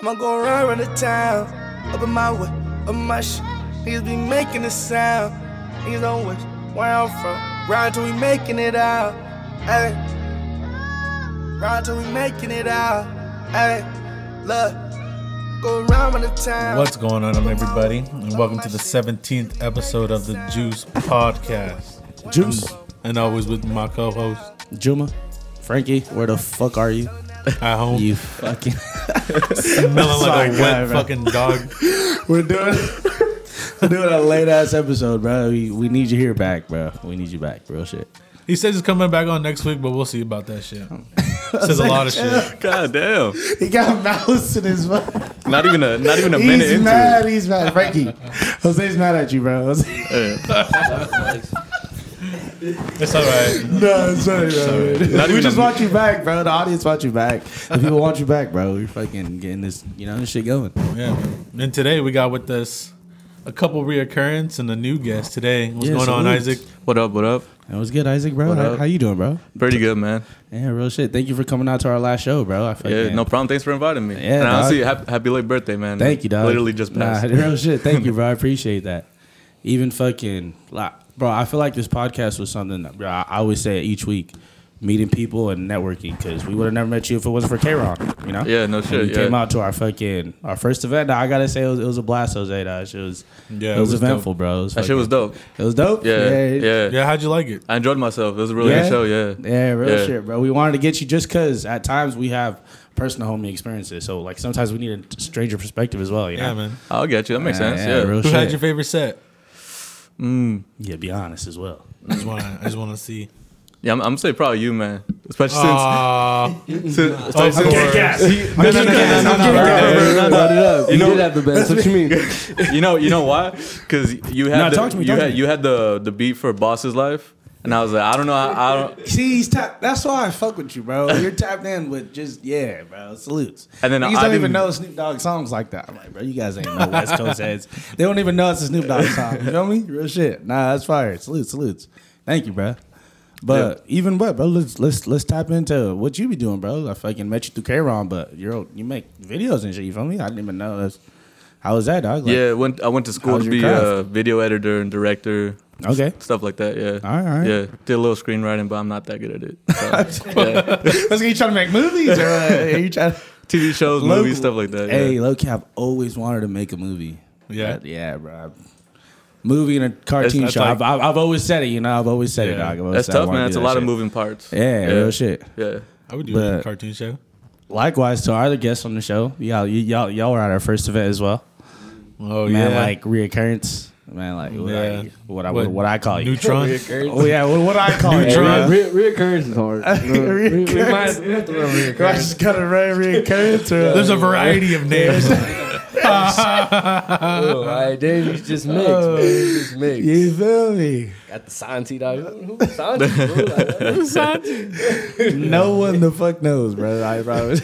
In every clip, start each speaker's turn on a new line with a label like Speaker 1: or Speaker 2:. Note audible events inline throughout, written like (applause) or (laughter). Speaker 1: I'ma go run around the town. Up in my way, up my shit. Niggas be making a sound. Niggas don't wish where I'm from. Ride till we making it out. Hey. Ride till we making it out. Hey. Look. Go around the town.
Speaker 2: What's going on, everybody? And welcome to the 17th episode of the Juice Podcast.
Speaker 3: Juice.
Speaker 2: And always with my co host
Speaker 3: Um, Juma, Frankie, where the fuck are you?
Speaker 2: at home,
Speaker 3: You fucking.
Speaker 2: smelling like a
Speaker 3: sorry,
Speaker 2: wet
Speaker 3: guy, bro.
Speaker 2: fucking dog.
Speaker 3: (laughs) We're doing. (laughs) We're doing a late ass episode, bro. We, we need you here back, bro. We need you back, real shit.
Speaker 2: He says he's coming back on next week, but we'll see about that shit. Says a lot of shit.
Speaker 4: God damn!
Speaker 3: He got malice in his mouth.
Speaker 4: Not even a not even a minute
Speaker 3: He's
Speaker 4: into
Speaker 3: mad. He's mad. Frankie, Jose's mad at you, bro. (laughs) Jose-
Speaker 2: It's all right.
Speaker 3: no, sorry, bro.
Speaker 4: Not
Speaker 3: we
Speaker 4: even
Speaker 3: just
Speaker 4: a-
Speaker 3: want you back, bro. The audience wants you back. The people want you back, bro. We're fucking getting this, you know, this shit going.
Speaker 2: Yeah. And today we got with us a couple reoccurrence and a new guest today. What's
Speaker 3: Yeah,
Speaker 2: going on,
Speaker 3: salute.
Speaker 2: Isaac?
Speaker 4: it. What up? What up?
Speaker 3: That was good, Isaac, bro.
Speaker 4: What
Speaker 3: How,
Speaker 4: up?
Speaker 3: how you doing, bro?
Speaker 4: Pretty good, man.
Speaker 3: Yeah, real shit. Thank you for coming out to our last show, bro. I
Speaker 4: Yeah,
Speaker 3: fucking,
Speaker 4: no problem. Thanks for inviting me.
Speaker 3: Yeah,
Speaker 4: and
Speaker 3: dog.
Speaker 4: honestly, happy, happy late birthday, man.
Speaker 3: Thank you, dog.
Speaker 4: Literally just passed.
Speaker 3: Nah, (laughs) real shit. Thank you, bro. I appreciate that. Even fucking, like, bro. I feel like this podcast was something that, bro. I I always say it each week, meeting people and networking because we would have never met you if it wasn't for K Rock. You know?
Speaker 4: (laughs) Yeah, no
Speaker 3: And
Speaker 4: shit,
Speaker 3: You came
Speaker 4: yeah.
Speaker 3: out to our fucking our first event. Nah, I gotta say it was, it was a blast, Jose. Dog. It was
Speaker 2: Yeah,
Speaker 3: it was,
Speaker 2: it was
Speaker 3: eventful, bro. It was
Speaker 4: that shit was dope.
Speaker 3: It was dope.
Speaker 4: Yeah, yeah.
Speaker 2: Yeah, how'd you like it?
Speaker 4: I enjoyed myself. It was a really good show. Yeah,
Speaker 3: Yeah, real
Speaker 4: Yeah.
Speaker 3: shit, bro. We wanted to get you just because at times we have personal homie experiences. So like sometimes we need a stranger perspective as well. You know?
Speaker 2: Yeah, man.
Speaker 4: I'll get you. That makes sense. Yeah,
Speaker 3: real
Speaker 2: Who
Speaker 3: shit.
Speaker 2: had your favorite set?
Speaker 3: yeah, be honest as well.
Speaker 2: I just want to. I just want to
Speaker 3: (laughs)
Speaker 2: see.
Speaker 4: yeah. I'm, I'm gonna say probably you, man. Especially
Speaker 2: Aw.
Speaker 3: (laughs)
Speaker 4: since, since,
Speaker 3: Oh,
Speaker 2: of
Speaker 4: since-
Speaker 2: course.
Speaker 3: No, no, no, no, no, no, no, no, no, no,
Speaker 5: You did have the best. What you mean?
Speaker 4: you know, you know why? Because you had
Speaker 3: Nah,
Speaker 4: the,
Speaker 3: talk to me,
Speaker 4: you
Speaker 3: talk to
Speaker 4: had
Speaker 3: me.
Speaker 4: you had the the beat for Boss's Life, and I was like, I don't know, I, I
Speaker 3: (laughs)
Speaker 4: don't.
Speaker 3: See, he's tapped. That's why I fuck with you,
Speaker 5: (laughs)
Speaker 3: bro. You're tapped in with just yeah, bro. Salutes.
Speaker 4: And then
Speaker 3: you
Speaker 4: I
Speaker 3: don't even
Speaker 4: didn't-
Speaker 3: know Snoop Dogg songs like that. I'm like, bro, you guys ain't know West
Speaker 4: (laughs)
Speaker 3: Coast heads. They don't even know it's a Snoop Dogg song. You know me? Real shit. Nah, that's fire. Salutes, salutes. Thank you, bro. But even what, bro? Let's let's let's tap into what you be doing, bro. I fucking met you through K-Ron, but you're you make videos and shit. You feel me? I didn't even know. That's, how was that, dog? Like,
Speaker 4: Yeah, went I went to school
Speaker 3: How's
Speaker 4: to
Speaker 3: your
Speaker 4: be
Speaker 3: craft?
Speaker 4: a video editor and director.
Speaker 3: (laughs) Okay.
Speaker 4: stuff like that. Yeah.
Speaker 3: All right, all right.
Speaker 4: Yeah. Did a little screenwriting, but I'm not that good at it.
Speaker 3: (laughs)
Speaker 4: So, yeah.
Speaker 3: Let's get you trying to make movies. Or, uh, (laughs) are you trying?
Speaker 4: TV shows,
Speaker 3: Local-
Speaker 4: movies, stuff like that. Yeah.
Speaker 3: Hey, low cap always wanted to make a movie.
Speaker 2: Yeah?
Speaker 3: But yeah, bro. Movie and a cartoon
Speaker 2: that's
Speaker 3: show.
Speaker 2: like-
Speaker 3: I've, I've, I've always said it, you know. I've always said
Speaker 2: Yeah.
Speaker 3: it, dog. I've always
Speaker 4: That's
Speaker 3: said I
Speaker 4: tough,
Speaker 3: wanna
Speaker 4: man.
Speaker 3: do
Speaker 4: It's a
Speaker 3: that
Speaker 4: lot of
Speaker 3: shit.
Speaker 4: moving parts.
Speaker 3: Yeah, real shit.
Speaker 4: Yeah.
Speaker 2: I would do a
Speaker 3: But-
Speaker 2: cartoon show.
Speaker 3: Likewise to our other guests on the show, y'all, y- y'all, y'all were at our first event as well.
Speaker 2: Oh
Speaker 3: Man,
Speaker 2: yeah,
Speaker 3: like reoccurrence. Man, like what,
Speaker 2: Yeah.
Speaker 3: I, what, I, what, what I call you?
Speaker 2: Neutron.
Speaker 3: Oh yeah, what, what I call you?
Speaker 2: Neutron.
Speaker 3: bro?
Speaker 5: Re- reoccurrence
Speaker 6: (laughs)
Speaker 5: is hard. you know. We-
Speaker 3: (laughs)
Speaker 5: we
Speaker 3: Reoccurrence.
Speaker 5: might- we have to run
Speaker 3: I
Speaker 5: reoccurrence.
Speaker 3: just got a rare reoccurrence. Or,
Speaker 2: There's a variety
Speaker 3: (laughs)
Speaker 2: of names.
Speaker 5: All right, Dave, you just mix, man. You just mix.
Speaker 3: you feel me?
Speaker 5: Got the
Speaker 6: (laughs)
Speaker 5: Santi, dog. Who Santi, bro? Like, who's Santi?
Speaker 3: No one the fuck knows, bro. I promise.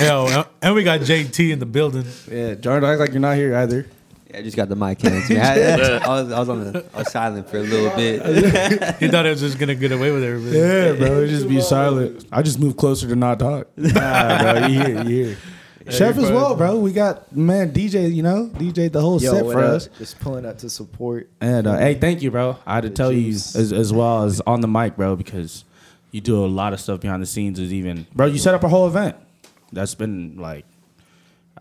Speaker 2: Yo, and we got JT in the building.
Speaker 3: Yeah, (laughs) Jordan, act like you're not here either.
Speaker 6: I just got the mic hands. man. I, I, was, I was on the I was silent for a little bit.
Speaker 2: He thought I was just gonna get away with everything.
Speaker 3: Yeah, bro. Just be silent. I just move closer to not talk. Nah, bro. You hear, you hear. Chef as well, bro. We got man DJ. You know, DJ the whole set
Speaker 7: Yo, what
Speaker 3: for
Speaker 7: up?
Speaker 3: us.
Speaker 7: Just pulling up to support.
Speaker 3: And uh, hey, thank you, bro. I had to tell
Speaker 7: juice.
Speaker 3: you as, as well as on the mic, bro, because you do a lot of stuff behind the scenes. Is even, bro. You set up a whole event. That's been like,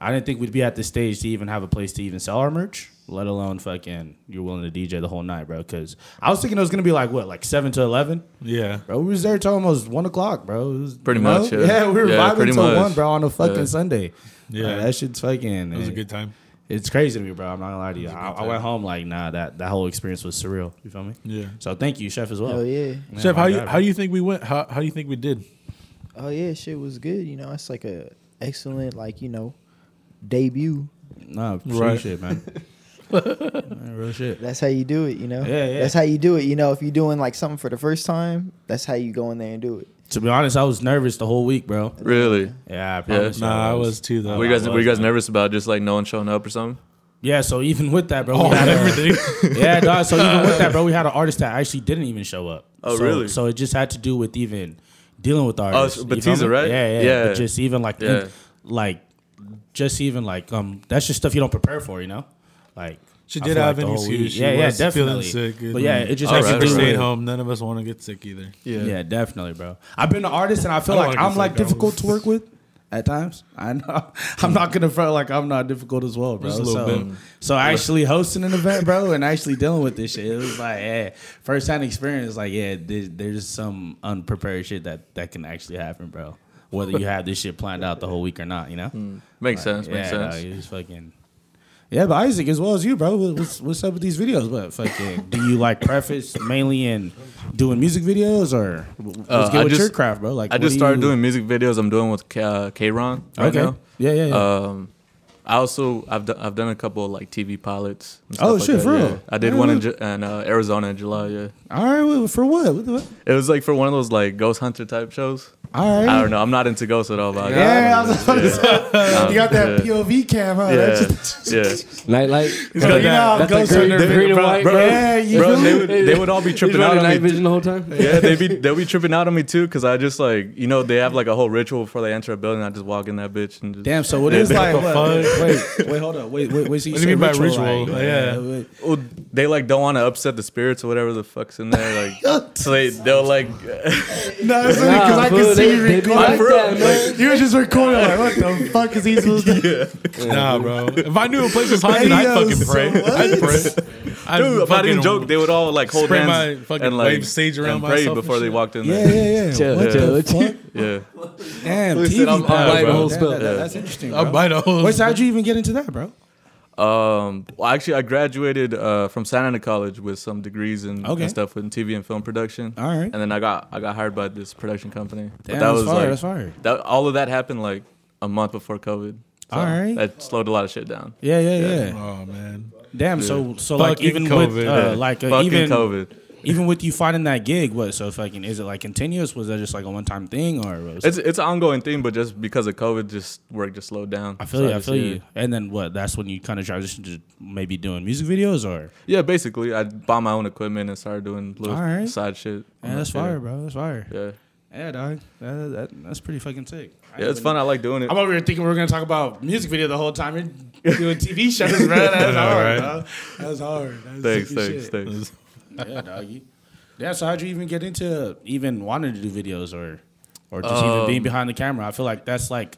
Speaker 3: I didn't think we'd be at this stage to even have a place to even sell our merch, let alone fucking you're willing to DJ the whole night, bro. Because I was thinking it was gonna be like what, like seven to eleven.
Speaker 2: Yeah.
Speaker 3: Bro, we was there till almost one o'clock, bro. It was-
Speaker 4: Pretty
Speaker 3: you know?
Speaker 4: much, yeah.
Speaker 3: we were
Speaker 4: Yeah,
Speaker 3: vibing
Speaker 4: pretty
Speaker 3: till
Speaker 4: much.
Speaker 3: one, bro, on a fucking
Speaker 4: Yeah.
Speaker 3: Sunday.
Speaker 2: Yeah.
Speaker 3: Yeah, that shit's fucking.
Speaker 2: It was a good time.
Speaker 3: It's crazy to me, bro. I'm not gonna lie to you. I, I
Speaker 2: time.
Speaker 3: went home like, nah, that that whole experience was surreal. You feel me?
Speaker 2: Yeah.
Speaker 3: So thank you, chef, as well.
Speaker 7: Oh yeah.
Speaker 3: Man,
Speaker 2: Chef,
Speaker 3: my
Speaker 2: how you
Speaker 3: God,
Speaker 2: how do you think we went? How how do you think we did?
Speaker 7: Oh yeah. Shit was good. You know, it's like a excellent like you know debut.
Speaker 3: Nah, appreciate
Speaker 2: Right. (laughs)
Speaker 3: shit, man. Man, Real shit.
Speaker 7: That's how you do it. You know.
Speaker 3: Yeah, yeah.
Speaker 7: That's how you do it. You know, if you're doing like something for the first time, that's how you go in there and do it.
Speaker 3: To be honest, I was nervous the whole week, bro.
Speaker 4: Really?
Speaker 3: Yeah, I promise you
Speaker 2: Nah, I was too though.
Speaker 4: Were you guys
Speaker 3: I
Speaker 4: were you
Speaker 3: was,
Speaker 4: guys nervous about just like no one showing up or something?
Speaker 3: Yeah, so even with that, bro, we
Speaker 2: Oh,
Speaker 3: had a-
Speaker 2: everything.
Speaker 3: (laughs) yeah, dog. So even with that, bro, we had an artist that actually didn't even show up.
Speaker 4: Oh,
Speaker 3: so,
Speaker 4: really? Oh,
Speaker 3: So it just had to do with even dealing with artists.
Speaker 4: so
Speaker 3: you feel
Speaker 4: Batiza,
Speaker 3: me?
Speaker 4: right?
Speaker 3: Yeah, yeah.
Speaker 4: Yeah.
Speaker 3: But just even like,
Speaker 4: Yeah.
Speaker 3: like just even like um, that's just stuff you don't prepare for, you know. Like
Speaker 2: She
Speaker 3: I
Speaker 2: did
Speaker 3: feel
Speaker 2: have
Speaker 3: like the
Speaker 2: an
Speaker 3: whole
Speaker 2: excuse.
Speaker 3: week-
Speaker 2: She
Speaker 3: yeah, yeah,
Speaker 2: was feeling
Speaker 3: definitely.
Speaker 2: sick, you
Speaker 3: but yeah,
Speaker 2: know.
Speaker 3: it just
Speaker 4: All
Speaker 3: has
Speaker 4: right,
Speaker 3: to do
Speaker 4: all
Speaker 2: Stay
Speaker 4: right.
Speaker 2: at
Speaker 3: with
Speaker 2: home. None of us want to get sick either.
Speaker 3: yeah. definitely, bro. I've been an artist, and I feel
Speaker 2: I don't
Speaker 3: like
Speaker 2: wanna
Speaker 3: I'm
Speaker 2: get
Speaker 3: like
Speaker 2: sick, I was-
Speaker 3: difficult to work with (laughs) at times. I know (laughs) I'm not gonna feel like I'm not difficult as well, bro.
Speaker 2: Just a little
Speaker 3: so,
Speaker 2: bit.
Speaker 3: so actually hosting an event, bro, and actually dealing with this shit, it was like, yeah, first hand experience. Like, yeah, there's, there's some unprepared shit that that can actually happen, bro. Whether you have this shit planned out the whole week or not, you know.
Speaker 4: Makes sense. Makes
Speaker 3: yeah, no,
Speaker 4: sense.
Speaker 3: you just fucking. Yeah, but Isaac, as well as you, bro, what- what's, what's up with these videos? But fucking, do you like preface mainly in doing music videos or let's
Speaker 4: Uh,
Speaker 3: get
Speaker 4: I
Speaker 3: with
Speaker 4: just-
Speaker 3: your craft, bro? Like,
Speaker 4: I
Speaker 3: what
Speaker 4: just
Speaker 3: do
Speaker 4: started
Speaker 3: you-
Speaker 4: doing music videos. I'm doing with K- uh, K-Ron right
Speaker 3: Okay,
Speaker 4: now.
Speaker 3: yeah, yeah, yeah.
Speaker 4: Um, I also I've done I've done a couple of like TV pilots. and
Speaker 3: Oh,
Speaker 4: stuff like
Speaker 3: shit,
Speaker 4: that,
Speaker 3: for
Speaker 4: yeah.
Speaker 3: real?
Speaker 4: I did
Speaker 3: Yeah,
Speaker 4: one in,
Speaker 3: look.
Speaker 4: Ju- in uh, Arizona in July. Yeah,
Speaker 3: All right, wait, for what? What the- what?
Speaker 4: it was like for one of those like ghost hunter type shows.
Speaker 3: All right.
Speaker 4: I don't know. I'm not into ghosts at all. But I-
Speaker 3: Yeah, I was about to say, (laughs) you got that
Speaker 4: Um, Yeah.
Speaker 3: POV cam, huh? (laughs)
Speaker 4: yeah,
Speaker 3: That's-
Speaker 4: yeah.
Speaker 5: Nightlight.
Speaker 3: Bro, you know how
Speaker 5: That's
Speaker 3: ghosts
Speaker 5: the green,
Speaker 3: are
Speaker 5: the
Speaker 3: different,
Speaker 5: green and
Speaker 3: bro.
Speaker 5: white,
Speaker 3: Bro,
Speaker 5: bro.
Speaker 3: Yeah, you
Speaker 4: Bro,
Speaker 3: feel
Speaker 4: they
Speaker 3: me?
Speaker 4: would they would all be
Speaker 5: He's
Speaker 4: tripping out
Speaker 5: running
Speaker 4: on me.
Speaker 5: night vision the whole time.
Speaker 4: Yeah, they be they be tripping out on me too, cause I just like you know they have like a whole ritual before they enter a building. I just walk in that bitch and just
Speaker 3: Damn, so what is like? What,
Speaker 4: (laughs)
Speaker 2: fuck?
Speaker 3: wait, wait, hold up. Wait, wait, wait. So you
Speaker 2: What do you mean
Speaker 3: said
Speaker 2: by
Speaker 3: ritual,
Speaker 2: ritual?
Speaker 3: like,
Speaker 2: Uh, yeah.
Speaker 3: wait.
Speaker 4: Well, they like don't want to upset the spirits or whatever the fuck's in there.
Speaker 3: (laughs)
Speaker 4: Like, so they they'll like
Speaker 3: No, it's only because
Speaker 5: Nah,
Speaker 3: I
Speaker 5: fool,
Speaker 3: can see
Speaker 5: they-
Speaker 3: you
Speaker 5: they be
Speaker 3: recording.
Speaker 5: like that,
Speaker 3: Like, you were just recording. Like, what the fuck is he supposed to do?
Speaker 2: Nah, bro. If I knew a place was haunted, I'd
Speaker 3: Hey, yo,
Speaker 2: fucking
Speaker 3: so
Speaker 2: pray.
Speaker 3: what?
Speaker 2: I'd pray. I'd
Speaker 4: dude, if I didn't
Speaker 2: fucking
Speaker 4: joke, they would all like hold
Speaker 2: spray my
Speaker 4: hands
Speaker 2: fucking
Speaker 4: and like
Speaker 2: wave sage
Speaker 4: and
Speaker 2: around
Speaker 4: pray
Speaker 2: myself and
Speaker 4: before they
Speaker 2: shit.
Speaker 4: walked in
Speaker 3: Yeah,
Speaker 4: there.
Speaker 3: yeah, yeah.
Speaker 5: Chill,
Speaker 3: what
Speaker 5: chill,
Speaker 3: the
Speaker 5: chill.
Speaker 3: fuck?
Speaker 4: Yeah,
Speaker 3: Damn,
Speaker 4: Listen,
Speaker 3: TV
Speaker 4: I'm- I'm
Speaker 3: pilot,
Speaker 4: biting
Speaker 3: bro.
Speaker 4: the whole
Speaker 3: That-
Speaker 5: spill.
Speaker 3: that- that- That's interesting.
Speaker 2: I'll
Speaker 3: Bro.
Speaker 2: bite a hole.
Speaker 3: Wait, so how'd you even get into that, bro?
Speaker 4: Um, well, actually, I graduated uh, from Santa Ana College with some degrees and,
Speaker 3: Okay.
Speaker 4: and stuff in TV and film production.
Speaker 3: All right.
Speaker 4: and then I got I got hired by this production company. But
Speaker 3: Damn,
Speaker 4: that
Speaker 3: that's
Speaker 4: was
Speaker 3: fire,
Speaker 4: like
Speaker 3: that's fire.
Speaker 4: that all of that happened like a month before COVID. So
Speaker 3: All right.
Speaker 4: that slowed a lot of shit down.
Speaker 3: Yeah, yeah, yeah.
Speaker 2: Oh man.
Speaker 3: Damn. So, so like
Speaker 2: Fucking
Speaker 3: even with
Speaker 2: COVID,
Speaker 3: uh,
Speaker 2: yeah.
Speaker 3: like uh,
Speaker 4: Fucking
Speaker 3: even
Speaker 4: COVID.
Speaker 3: even with you finding that gig, what? So fucking is it like continuous? Was that just like a one time thing or? Was
Speaker 4: It's it's an ongoing thing, but just because of COVID, just work just slowed down.
Speaker 3: I feel you. I feel you. And then what? That's when you kind of transitioned to maybe doing music videos or.
Speaker 4: Yeah, basically, I bought my own equipment and started doing little
Speaker 3: All right.
Speaker 4: side shit.
Speaker 3: Yeah, that's fire, bro. That's fire.
Speaker 4: Yeah, yeah,
Speaker 3: Yeah, dog. That, that, that's pretty fucking sick. I
Speaker 4: it's
Speaker 3: even-
Speaker 4: fun. I like doing it.
Speaker 3: I'm over here thinking we're gonna talk about music video the whole time. You're doing TV shows,
Speaker 4: (laughs)
Speaker 3: bro. That's hard, bro. That's hard. That's
Speaker 4: Thanks,
Speaker 3: sick
Speaker 4: thanks,
Speaker 3: as shit.
Speaker 4: thanks.
Speaker 3: Yeah, doggy. Yeah. So how'd you even get into even wanting to do videos or, or just even
Speaker 4: Um,
Speaker 3: being behind the camera? I feel like that's like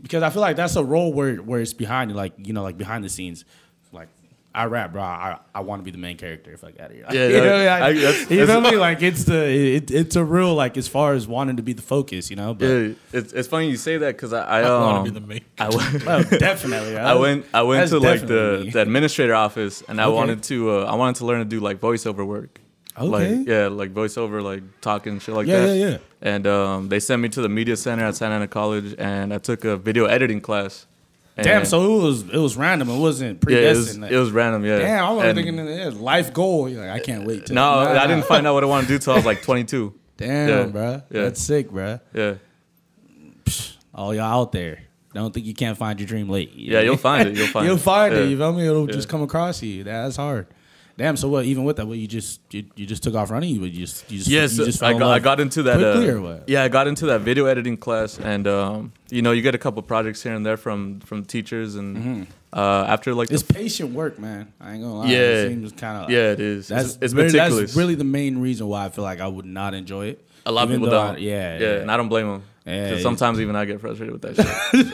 Speaker 3: because I feel like that's a role where where it's behind you, like you know, like behind the scenes, like. I rap, bro. I, I want to be the main character. If I got it, (laughs)
Speaker 4: Yeah,
Speaker 3: you
Speaker 4: yeah.
Speaker 3: know, like,
Speaker 4: I- that's-
Speaker 3: you feel
Speaker 4: that's-
Speaker 3: me? Like it's the it, it's a real like as far as wanting to be the focus, you know. But
Speaker 4: Yeah, it's, it's funny you say that because I I,
Speaker 2: I
Speaker 4: um,
Speaker 2: want to be the main.
Speaker 3: (laughs)
Speaker 4: I went-
Speaker 3: Oh, definitely.
Speaker 4: I went I went
Speaker 3: That's
Speaker 4: to like
Speaker 3: definitely
Speaker 4: the,
Speaker 3: me.
Speaker 4: the administrator office and I wanted to uh, I wanted to learn to do like voiceover work.
Speaker 3: Okay.
Speaker 4: Like yeah, like voiceover, like talking shit like
Speaker 3: Yeah,
Speaker 4: that.
Speaker 3: yeah, yeah.
Speaker 4: And um, they sent me to the media center at Santa Ana College and I took a video editing class.
Speaker 3: Damn,
Speaker 4: And-
Speaker 3: so it was it was random. It wasn't
Speaker 4: yeah, it was,
Speaker 3: predestined.
Speaker 4: it was random, yeah.
Speaker 3: Damn, I was
Speaker 4: And-
Speaker 3: thinking that yeah, life goal. You're like, I can't wait. To,
Speaker 4: No,
Speaker 3: Nah,
Speaker 4: I
Speaker 3: nah.
Speaker 4: didn't find out what I want to do till I was like 22.
Speaker 3: Damn,
Speaker 4: Yeah,
Speaker 3: bro,
Speaker 4: yeah.
Speaker 3: that's sick, bro.
Speaker 4: Yeah,
Speaker 3: All y'all out there, don't think you can't find your dream late. (laughs)
Speaker 4: yeah, you'll find it. You'll find
Speaker 3: You'll
Speaker 4: it.
Speaker 3: find
Speaker 4: yeah.
Speaker 3: it. You feel me? It'll just come across you. That's hard. Damn. So what? Even with that, what you just you, you just took off running? You would- you just you just
Speaker 4: Yes, uh,
Speaker 3: you just fell
Speaker 4: I
Speaker 3: in
Speaker 4: got I
Speaker 3: love
Speaker 4: got into that.
Speaker 3: quickly
Speaker 4: uh,
Speaker 3: or what?
Speaker 4: Yeah, I got into that video editing class, and um, you know, you get a couple projects here and there from from teachers, and
Speaker 3: Mm-hmm.
Speaker 4: uh, after like
Speaker 3: It's
Speaker 4: the,
Speaker 3: patient work, man. I ain't gonna lie.
Speaker 4: yeah,
Speaker 3: it seems kind of
Speaker 4: yeah, it is.
Speaker 3: That's
Speaker 4: it's, it's
Speaker 3: really,
Speaker 4: meticulous.
Speaker 3: That's really the main reason why I feel like I would not enjoy it.
Speaker 4: a lot of
Speaker 3: Even
Speaker 4: people
Speaker 3: though I-
Speaker 4: don't.
Speaker 3: yeah,
Speaker 4: yeah, and I don't blame them.
Speaker 3: Yeah, you-
Speaker 4: sometimes even I get frustrated with that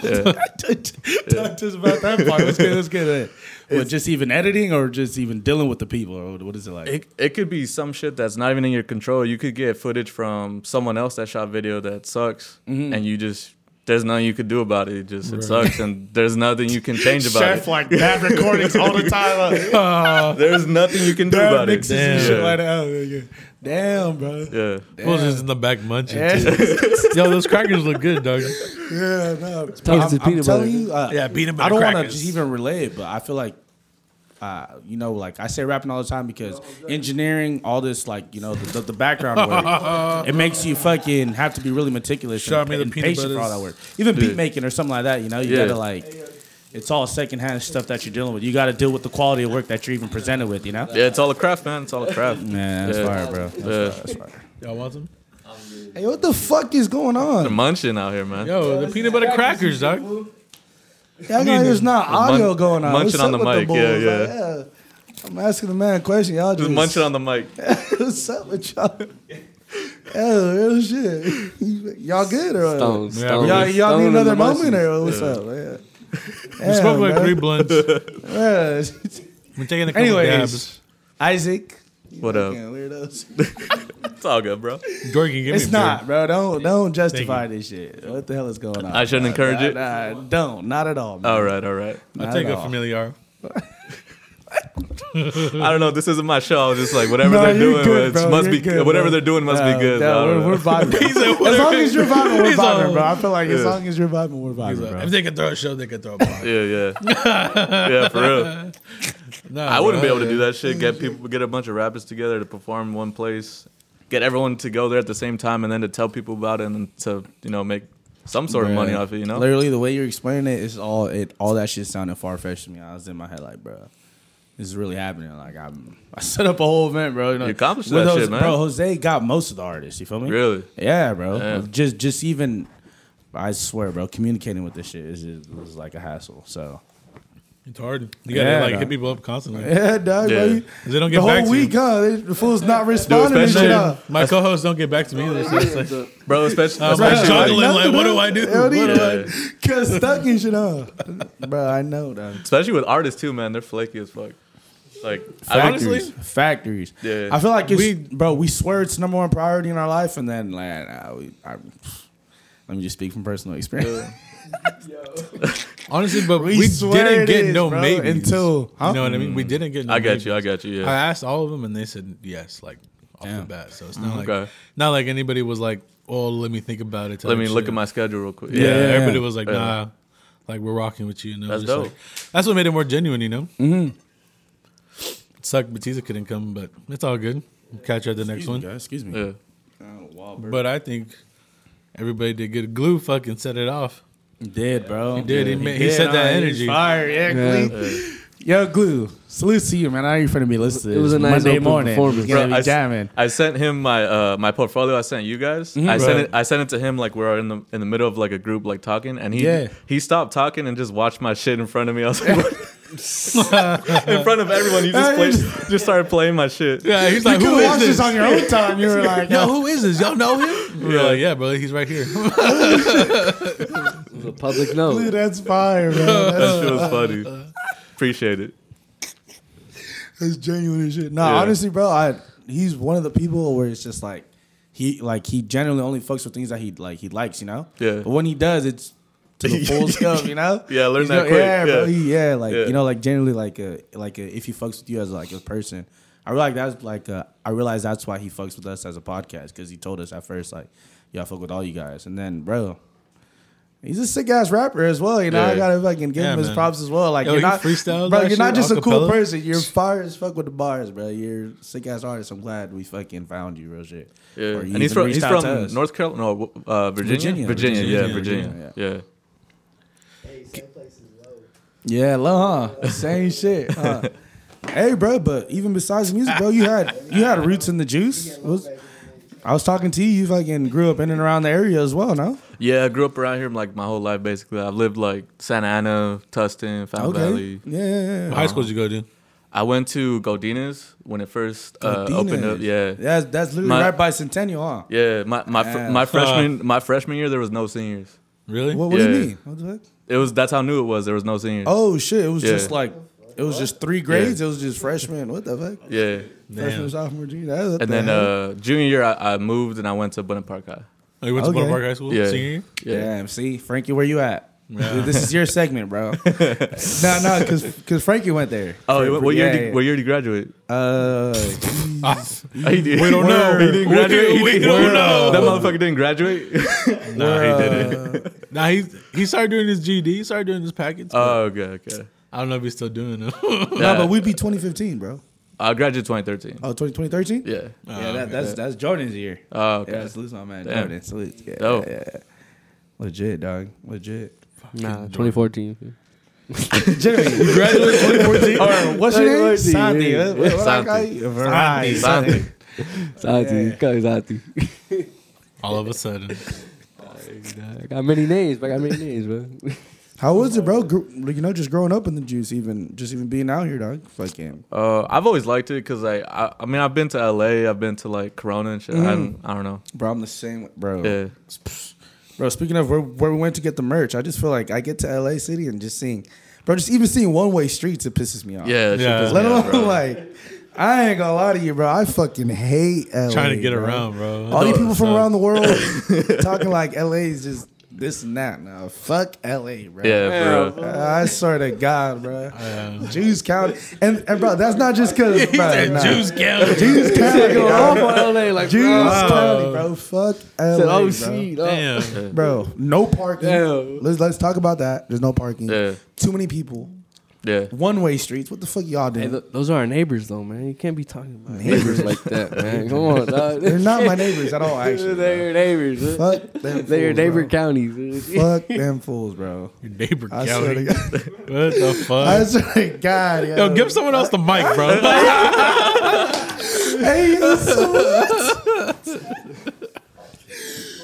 Speaker 4: shit. Yeah.
Speaker 3: (laughs) Talk to us about that part. Let's get let's get (laughs) it. Well, just even editing or just even dealing with the people or what- what is it like?
Speaker 4: It, it could be some shit that's not even in your control. You could get footage from someone else that shot video that sucks,
Speaker 3: Mm-hmm.
Speaker 4: and you just there's nothing you could do about it. It just it sucks, and there's nothing you can change about it.
Speaker 3: like bad recordings all
Speaker 4: (laughs)
Speaker 3: the time. Like, uh,
Speaker 4: There's nothing you can do
Speaker 3: bad
Speaker 4: about it.
Speaker 3: mixes and shit
Speaker 4: Yeah.
Speaker 3: like that. Oh, yeah. Damn, bro.
Speaker 4: Yeah.
Speaker 2: I was just in the back munching.
Speaker 3: Yeah.
Speaker 2: too. Yo, those crackers look good, dog.
Speaker 3: Yeah, no.
Speaker 5: Toasted
Speaker 3: I'm, I'm
Speaker 5: peanut butter.
Speaker 3: telling you, uh,
Speaker 2: Yeah, peanut
Speaker 3: I
Speaker 2: butter
Speaker 3: don't want to
Speaker 2: crackers.
Speaker 3: just even relay it, but I feel like, uh, you know, like I say rapping all the time because engineering, all this, like you know, the, the, the background
Speaker 2: (laughs)
Speaker 3: work, it makes you fucking have to be really meticulous
Speaker 2: Shout
Speaker 3: and,
Speaker 2: me the
Speaker 3: and
Speaker 2: peanut
Speaker 3: patient for all
Speaker 2: butters.
Speaker 3: that work. Even beat making or something like that, you know, you
Speaker 4: Yeah.
Speaker 3: gotta like. It's all secondhand stuff that you're dealing with. You got to deal with the quality of work that you're even presented with, you know?
Speaker 4: Yeah, it's all a craft, man. It's all a craft.
Speaker 3: Man, that's
Speaker 4: Yeah.
Speaker 3: fire, bro. That's
Speaker 4: Yeah.
Speaker 3: fire, that's fire.
Speaker 2: Y'all want some?
Speaker 3: Hey, what the fuck is going on?
Speaker 4: They're munching out here, man.
Speaker 2: Yo, the peanut butter crackers, dog.
Speaker 3: Yeah, I know there's not
Speaker 4: Mun-
Speaker 3: audio going on.
Speaker 4: munching
Speaker 3: What's
Speaker 4: on
Speaker 3: up
Speaker 4: the
Speaker 3: with
Speaker 4: mic, yeah,
Speaker 3: Bulls? Like, yeah. I'm asking the man a question. Y'all
Speaker 4: Just
Speaker 3: just,
Speaker 4: munching on the mic.
Speaker 3: (laughs) What's up with y'all? Oh, real shit. (laughs) Y'all good or what?
Speaker 6: Stone,
Speaker 2: Yeah,
Speaker 6: stone,
Speaker 3: Y'all, y'all
Speaker 6: stone
Speaker 3: need
Speaker 6: in
Speaker 3: another
Speaker 6: the
Speaker 3: moment
Speaker 6: motion.
Speaker 3: or what's up? Yeah.
Speaker 2: We
Speaker 3: Damn,
Speaker 2: smoked like
Speaker 3: bro.
Speaker 2: three
Speaker 3: (laughs)
Speaker 2: blunts.
Speaker 1: (laughs)
Speaker 2: We're
Speaker 3: Yeah.
Speaker 2: taking a couple dabs.
Speaker 3: Anyways, Isaac.
Speaker 4: What up?
Speaker 3: Yeah, weirdos.
Speaker 4: It's all good, bro.
Speaker 2: Gorky, give me
Speaker 3: It's
Speaker 2: a
Speaker 3: not, bro. Don't don't justify
Speaker 2: you.
Speaker 3: this shit. What the hell is going on?
Speaker 4: I shouldn't encourage it.
Speaker 3: Nah, nah, don't. Not at all. Man.
Speaker 4: All right, all right.
Speaker 2: Beer.
Speaker 3: Not
Speaker 2: I'll take
Speaker 3: at
Speaker 2: a
Speaker 3: all.
Speaker 2: familiar.
Speaker 4: I don't know. This isn't my show. I was just like, whatever
Speaker 3: No,
Speaker 4: they're
Speaker 3: you're
Speaker 4: doing,
Speaker 3: good,
Speaker 4: it's-
Speaker 3: bro.
Speaker 4: must
Speaker 3: You're
Speaker 4: be
Speaker 3: good,
Speaker 4: whatever
Speaker 3: bro.
Speaker 4: they're doing must
Speaker 3: Nah,
Speaker 4: be good.
Speaker 3: nah,
Speaker 4: I don't
Speaker 3: we're,
Speaker 4: know. (laughs)
Speaker 3: we're vibing. as long as you're vibing, we're vibing, bro. I feel like as long as you're vibing, we're vibing, bro.
Speaker 2: If they can throw a show, they can (laughs) throw a pod.
Speaker 3: (laughs)
Speaker 4: yeah, yeah, yeah, for real.
Speaker 2: Nah,
Speaker 4: I wouldn't be
Speaker 2: bro.
Speaker 4: able to do that shit. Get people, get a bunch of rappers together to perform in one place, get everyone to go there at the same time, and then to tell people about it and to you know make some sort of money
Speaker 3: Bruh.
Speaker 4: off it. You know,
Speaker 3: Literally, the way you're explaining it is all it. All that shit sounded far fetched to me. I was in my head like, bro, this is really happening. Like I'm, I set up a whole event, bro. You, know,
Speaker 4: You accomplished
Speaker 3: with
Speaker 4: that
Speaker 3: Jose-
Speaker 4: shit, man.
Speaker 3: Bro, Jose got most of the artists. You feel me?
Speaker 4: Really?
Speaker 3: Yeah, bro.
Speaker 4: Yeah.
Speaker 3: Just, just even, I swear, bro. Communicating with this shit is just, was like a hassle. So
Speaker 2: It's hard. You gotta
Speaker 3: Yeah,
Speaker 2: like
Speaker 3: nah.
Speaker 2: hit people up constantly.
Speaker 3: yeah, dog.
Speaker 4: bro. Yeah.
Speaker 2: They don't
Speaker 3: the
Speaker 2: get
Speaker 3: whole
Speaker 2: back to
Speaker 3: week,
Speaker 2: you.
Speaker 3: huh? They- The
Speaker 2: (laughs)
Speaker 3: fool's not
Speaker 4: Dude,
Speaker 3: responding. and shit, huh?
Speaker 2: Especially my co-hosts don't get back to me. Either, so it's like,
Speaker 4: bro. Especially,
Speaker 2: I'm
Speaker 4: especially
Speaker 2: like juggling.
Speaker 3: Nothing,
Speaker 2: Like, what
Speaker 3: huh?
Speaker 2: do I do?
Speaker 3: Hell
Speaker 2: What do I?
Speaker 3: yeah. Cause stuck and shit, huh? bro, I know, dog.
Speaker 4: especially with artists too, man. They're flaky as fuck. Like, I
Speaker 3: Factories.
Speaker 4: honestly,
Speaker 3: factories.
Speaker 4: Yeah.
Speaker 3: I feel like it's,
Speaker 2: We-
Speaker 3: bro, we swear it's number one priority in our life, and then like, nah, we, I, let me just speak from personal experience.
Speaker 2: Honestly, but we,
Speaker 3: swear
Speaker 2: didn't
Speaker 3: it
Speaker 2: get
Speaker 3: is,
Speaker 2: no
Speaker 3: bro,
Speaker 2: maybe
Speaker 3: until- huh?
Speaker 2: you know what I mean. We didn't get. No
Speaker 4: I got you. I
Speaker 2: maybes.
Speaker 4: got you.
Speaker 2: I
Speaker 4: Yeah,
Speaker 2: asked all of them, and they said yes, like off the
Speaker 3: Damn.
Speaker 2: bat. So it's not like
Speaker 4: okay.
Speaker 2: not like anybody was like, "Oh, let me think about it."
Speaker 4: Let
Speaker 2: type
Speaker 4: me look
Speaker 2: shit.
Speaker 4: at my schedule real quick.
Speaker 2: Yeah,
Speaker 3: Yeah, yeah,
Speaker 2: everybody
Speaker 3: yeah.
Speaker 2: was like, "Nah." Like we're rocking with you, and it was
Speaker 4: That's
Speaker 2: just
Speaker 4: dope.
Speaker 2: like- that's what made it more genuine, you know. Mm-hmm. It sucked, Batista couldn't come, but it's all good. We'll catch you at the next one.
Speaker 3: excuse me. Oh,
Speaker 4: yeah.
Speaker 2: But I think everybody did good. Glue fucking set it off.
Speaker 3: He did, bro. He
Speaker 2: did. He ma- he said that
Speaker 3: He's
Speaker 2: energy.
Speaker 3: Fire, yeah, Glue. Yo, Glue. Salute to you, man. I know you're finna be listening. to
Speaker 5: It was
Speaker 3: this
Speaker 5: a nice
Speaker 3: Monday
Speaker 5: open
Speaker 3: morning.
Speaker 5: performance.
Speaker 3: You're gonna
Speaker 4: Bro,
Speaker 3: be
Speaker 4: I s-
Speaker 3: jamming.
Speaker 4: I sent him my uh, my portfolio. I sent you guys. I sent
Speaker 2: Right.
Speaker 4: it. I sent it to him like we're in the in the middle of like a group like talking, and he
Speaker 3: Yeah.
Speaker 4: he stopped talking and just watched my shit in front of me. I was like, what? in front of everyone, he just played, just started playing my shit.
Speaker 2: Yeah, he's like,
Speaker 3: You
Speaker 2: "Who
Speaker 3: could
Speaker 2: is
Speaker 3: watch
Speaker 2: this?"
Speaker 3: this on your own
Speaker 2: (laughs)
Speaker 3: time. You were like,
Speaker 2: Yo,
Speaker 3: yo,
Speaker 2: who is this? Y'all know him? We We're like, yeah, bro, he's right here.
Speaker 5: It was a public
Speaker 3: Glue,
Speaker 5: note.
Speaker 3: that's fire, bro.
Speaker 4: That shit was funny. Appreciate it.
Speaker 3: It's genuine as shit. Nah,
Speaker 4: Yeah.
Speaker 3: honestly, bro, I he's one of the people where it's just like he like he generally only fucks with things that he like he likes, you know.
Speaker 4: Yeah.
Speaker 3: But when he does, it's to
Speaker 4: (laughs)
Speaker 3: the full scope, you know.
Speaker 4: Yeah, I learned
Speaker 3: He's
Speaker 4: that
Speaker 3: no-
Speaker 4: quick,
Speaker 3: Yeah, bro.
Speaker 4: yeah.
Speaker 3: He, yeah, like
Speaker 4: Yeah.
Speaker 3: you know, like generally, like uh, like uh, if he fucks with you as like a person, I realize that's like uh, I realize that's why he fucks with us as a podcast because he told us at first like, "Yo, I fuck with all you guys," and then, bro. He's a sick ass rapper as well, you know. I
Speaker 4: Yeah.
Speaker 3: gotta fucking give
Speaker 2: Yeah,
Speaker 3: him his
Speaker 2: man.
Speaker 3: props as well. Like
Speaker 2: Yo,
Speaker 3: you're
Speaker 2: he
Speaker 3: not,
Speaker 2: freestyled
Speaker 3: bro.
Speaker 2: that
Speaker 3: You're not
Speaker 2: shit,
Speaker 3: just a cool
Speaker 2: acapella?
Speaker 3: person. You're fire as fuck with the bars, bro. You're a sick ass artist. I'm glad we fucking found you, real shit.
Speaker 4: Yeah.
Speaker 3: Or you
Speaker 4: And he's
Speaker 3: even
Speaker 4: from
Speaker 3: reached
Speaker 4: he's
Speaker 3: out
Speaker 4: from
Speaker 3: to us.
Speaker 4: North Carolina, no, uh,
Speaker 3: Virginia,
Speaker 4: Virginia? Virginia, yeah,
Speaker 2: Virginia,
Speaker 4: Virginia, yeah.
Speaker 3: Yeah, low, huh? Same (laughs) shit. Huh? hey, bro. But even besides music, bro, you had you had roots in the juice. Was- I was talking to you. You fucking grew up in and around the area as well, no?
Speaker 4: Yeah, I grew up around here like my whole life basically. I've lived like Santa Ana, Tustin, Fountain Valley. Uh,
Speaker 3: Yeah, yeah,
Speaker 2: What
Speaker 3: yeah.
Speaker 2: high school did you go to?
Speaker 4: I went to Godina's when it first uh, opened up. Yeah, yeah.
Speaker 3: that's that's literally
Speaker 4: My-
Speaker 3: right by Centennial, huh?
Speaker 4: my my fr-
Speaker 3: Yeah.
Speaker 4: my freshman my freshman year there was no seniors.
Speaker 2: Really?
Speaker 3: What, what do you
Speaker 4: Yeah.
Speaker 3: mean? What the heck?
Speaker 4: It was that's how new it was. There was no seniors.
Speaker 3: Oh shit! It was
Speaker 4: Yeah.
Speaker 3: just like it was just three grades. It was just freshman. What the fuck?
Speaker 4: yeah.
Speaker 3: Freshman, sophomore, junior. That, what
Speaker 4: And
Speaker 3: the
Speaker 4: then
Speaker 3: hell?
Speaker 4: uh, junior year I, I moved and I went to Buena Park High.
Speaker 2: Oh, you went to
Speaker 3: Okay.
Speaker 2: Buena Park High School?
Speaker 4: Yeah.
Speaker 2: Senior year?
Speaker 4: Yeah.
Speaker 3: Damn, see, Frankie, where you at? Dude, this is your segment, (laughs) bro. no, no, because Frankie went there.
Speaker 4: Oh, what, what year?
Speaker 3: Yeah,
Speaker 4: Did,
Speaker 3: yeah.
Speaker 4: What year did you graduate?
Speaker 3: Uh,
Speaker 4: He did.
Speaker 2: We don't know.
Speaker 4: He didn't graduate.
Speaker 2: We-
Speaker 4: He
Speaker 2: we
Speaker 4: didn't-
Speaker 2: don't know.
Speaker 4: That motherfucker didn't graduate.
Speaker 2: Nah, he didn't. Nah, he he started doing his GD. He started doing his packets.
Speaker 4: oh, okay, okay.
Speaker 2: I don't know if he's still doing them. (laughs)
Speaker 3: no, but we be 2015, bro.
Speaker 4: I graduated 2013.
Speaker 3: Oh, 20, 2013?
Speaker 4: Yeah.
Speaker 3: yeah, that, that's that's Jordan's year.
Speaker 4: Oh, okay. Oh,
Speaker 3: Yeah, salute my man
Speaker 4: Damn.
Speaker 3: Jordan. Salute. Yeah,
Speaker 4: Dope.
Speaker 3: yeah, yeah. Legit, dog. (laughs) Legit.
Speaker 5: Nah, 2014.
Speaker 3: Jimmy, you graduated 2014. or what's your name?
Speaker 5: 2014,
Speaker 3: Sandy.
Speaker 5: yeah.
Speaker 3: What, what do I call
Speaker 4: Santi.
Speaker 3: you? Right, Santi.
Speaker 4: Something.
Speaker 5: Zati,
Speaker 3: Oh, Yeah.
Speaker 5: cuz Zati.
Speaker 2: All of a sudden.
Speaker 3: (laughs)
Speaker 5: I got many names, but I got many names, bro.
Speaker 3: How was it, bro? Gr- you know, just growing up in the juice, even just even being out here, dog. Fucking.
Speaker 4: Uh, I've always liked it because I, I, I mean, I've been to LA, I've been to like Corona and shit. I, don't, I don't know.
Speaker 3: Bro, I'm the same, bro.
Speaker 4: Yeah,
Speaker 3: Bro, speaking of where, where we went to get the merch, I just feel like I get to LA City and just seeing, bro, just even seeing one way streets, it pisses me off.
Speaker 4: yeah. that shit
Speaker 2: Yeah.
Speaker 4: pisses me
Speaker 3: Let
Speaker 4: off,
Speaker 3: alone
Speaker 4: bro.
Speaker 3: like, I ain't gonna lie to you, bro. I fucking hate LA.
Speaker 2: Trying to get
Speaker 3: bro.
Speaker 2: around, bro.
Speaker 3: All
Speaker 2: (laughs)
Speaker 3: these people from
Speaker 2: So-
Speaker 3: around the world
Speaker 5: (laughs)
Speaker 3: talking like LA is just this and that. Now, fuck LA, bro.
Speaker 4: yeah, for real.
Speaker 3: I swear to God, bro.
Speaker 2: uh,
Speaker 3: Jews County, and, and bro, that's not just
Speaker 2: (laughs)
Speaker 3: because bro, nah.
Speaker 2: Jews County.
Speaker 3: (laughs) Jews County,
Speaker 5: Go
Speaker 2: (laughs)
Speaker 3: bro.
Speaker 5: off on LA like
Speaker 3: Jews
Speaker 5: bro.
Speaker 3: County, bro. Fuck LA,
Speaker 5: Said, oh
Speaker 3: bro.
Speaker 5: shit, oh.
Speaker 2: Damn.
Speaker 3: Bro, no parking.
Speaker 5: Damn.
Speaker 3: Let's let's talk about that. There's no parking.
Speaker 4: Yeah.
Speaker 3: Too many people.
Speaker 4: Yeah.
Speaker 3: One way streets. What the fuck y'all
Speaker 5: Hey,
Speaker 3: doing?
Speaker 5: th- those are our neighbors, though, man. You can't be talking about neighbors like (laughs) that, man. Come on,
Speaker 3: (laughs)
Speaker 5: dog.
Speaker 3: They're not my neighbors at all. Actually,
Speaker 5: (laughs) They're your neighbors. huh?
Speaker 3: fuck them.
Speaker 5: (laughs) They're your
Speaker 3: fools,
Speaker 5: neighbor
Speaker 3: bro.
Speaker 5: counties.
Speaker 3: Fuck them fools, bro.
Speaker 2: Your neighbor
Speaker 3: I
Speaker 2: county.
Speaker 3: swear to God.
Speaker 2: What the
Speaker 3: I
Speaker 2: fuck?
Speaker 3: swear to God. Yo,
Speaker 2: Yo, give someone else the mic,
Speaker 3: (laughs)
Speaker 2: bro.
Speaker 3: Hey, yo, so what?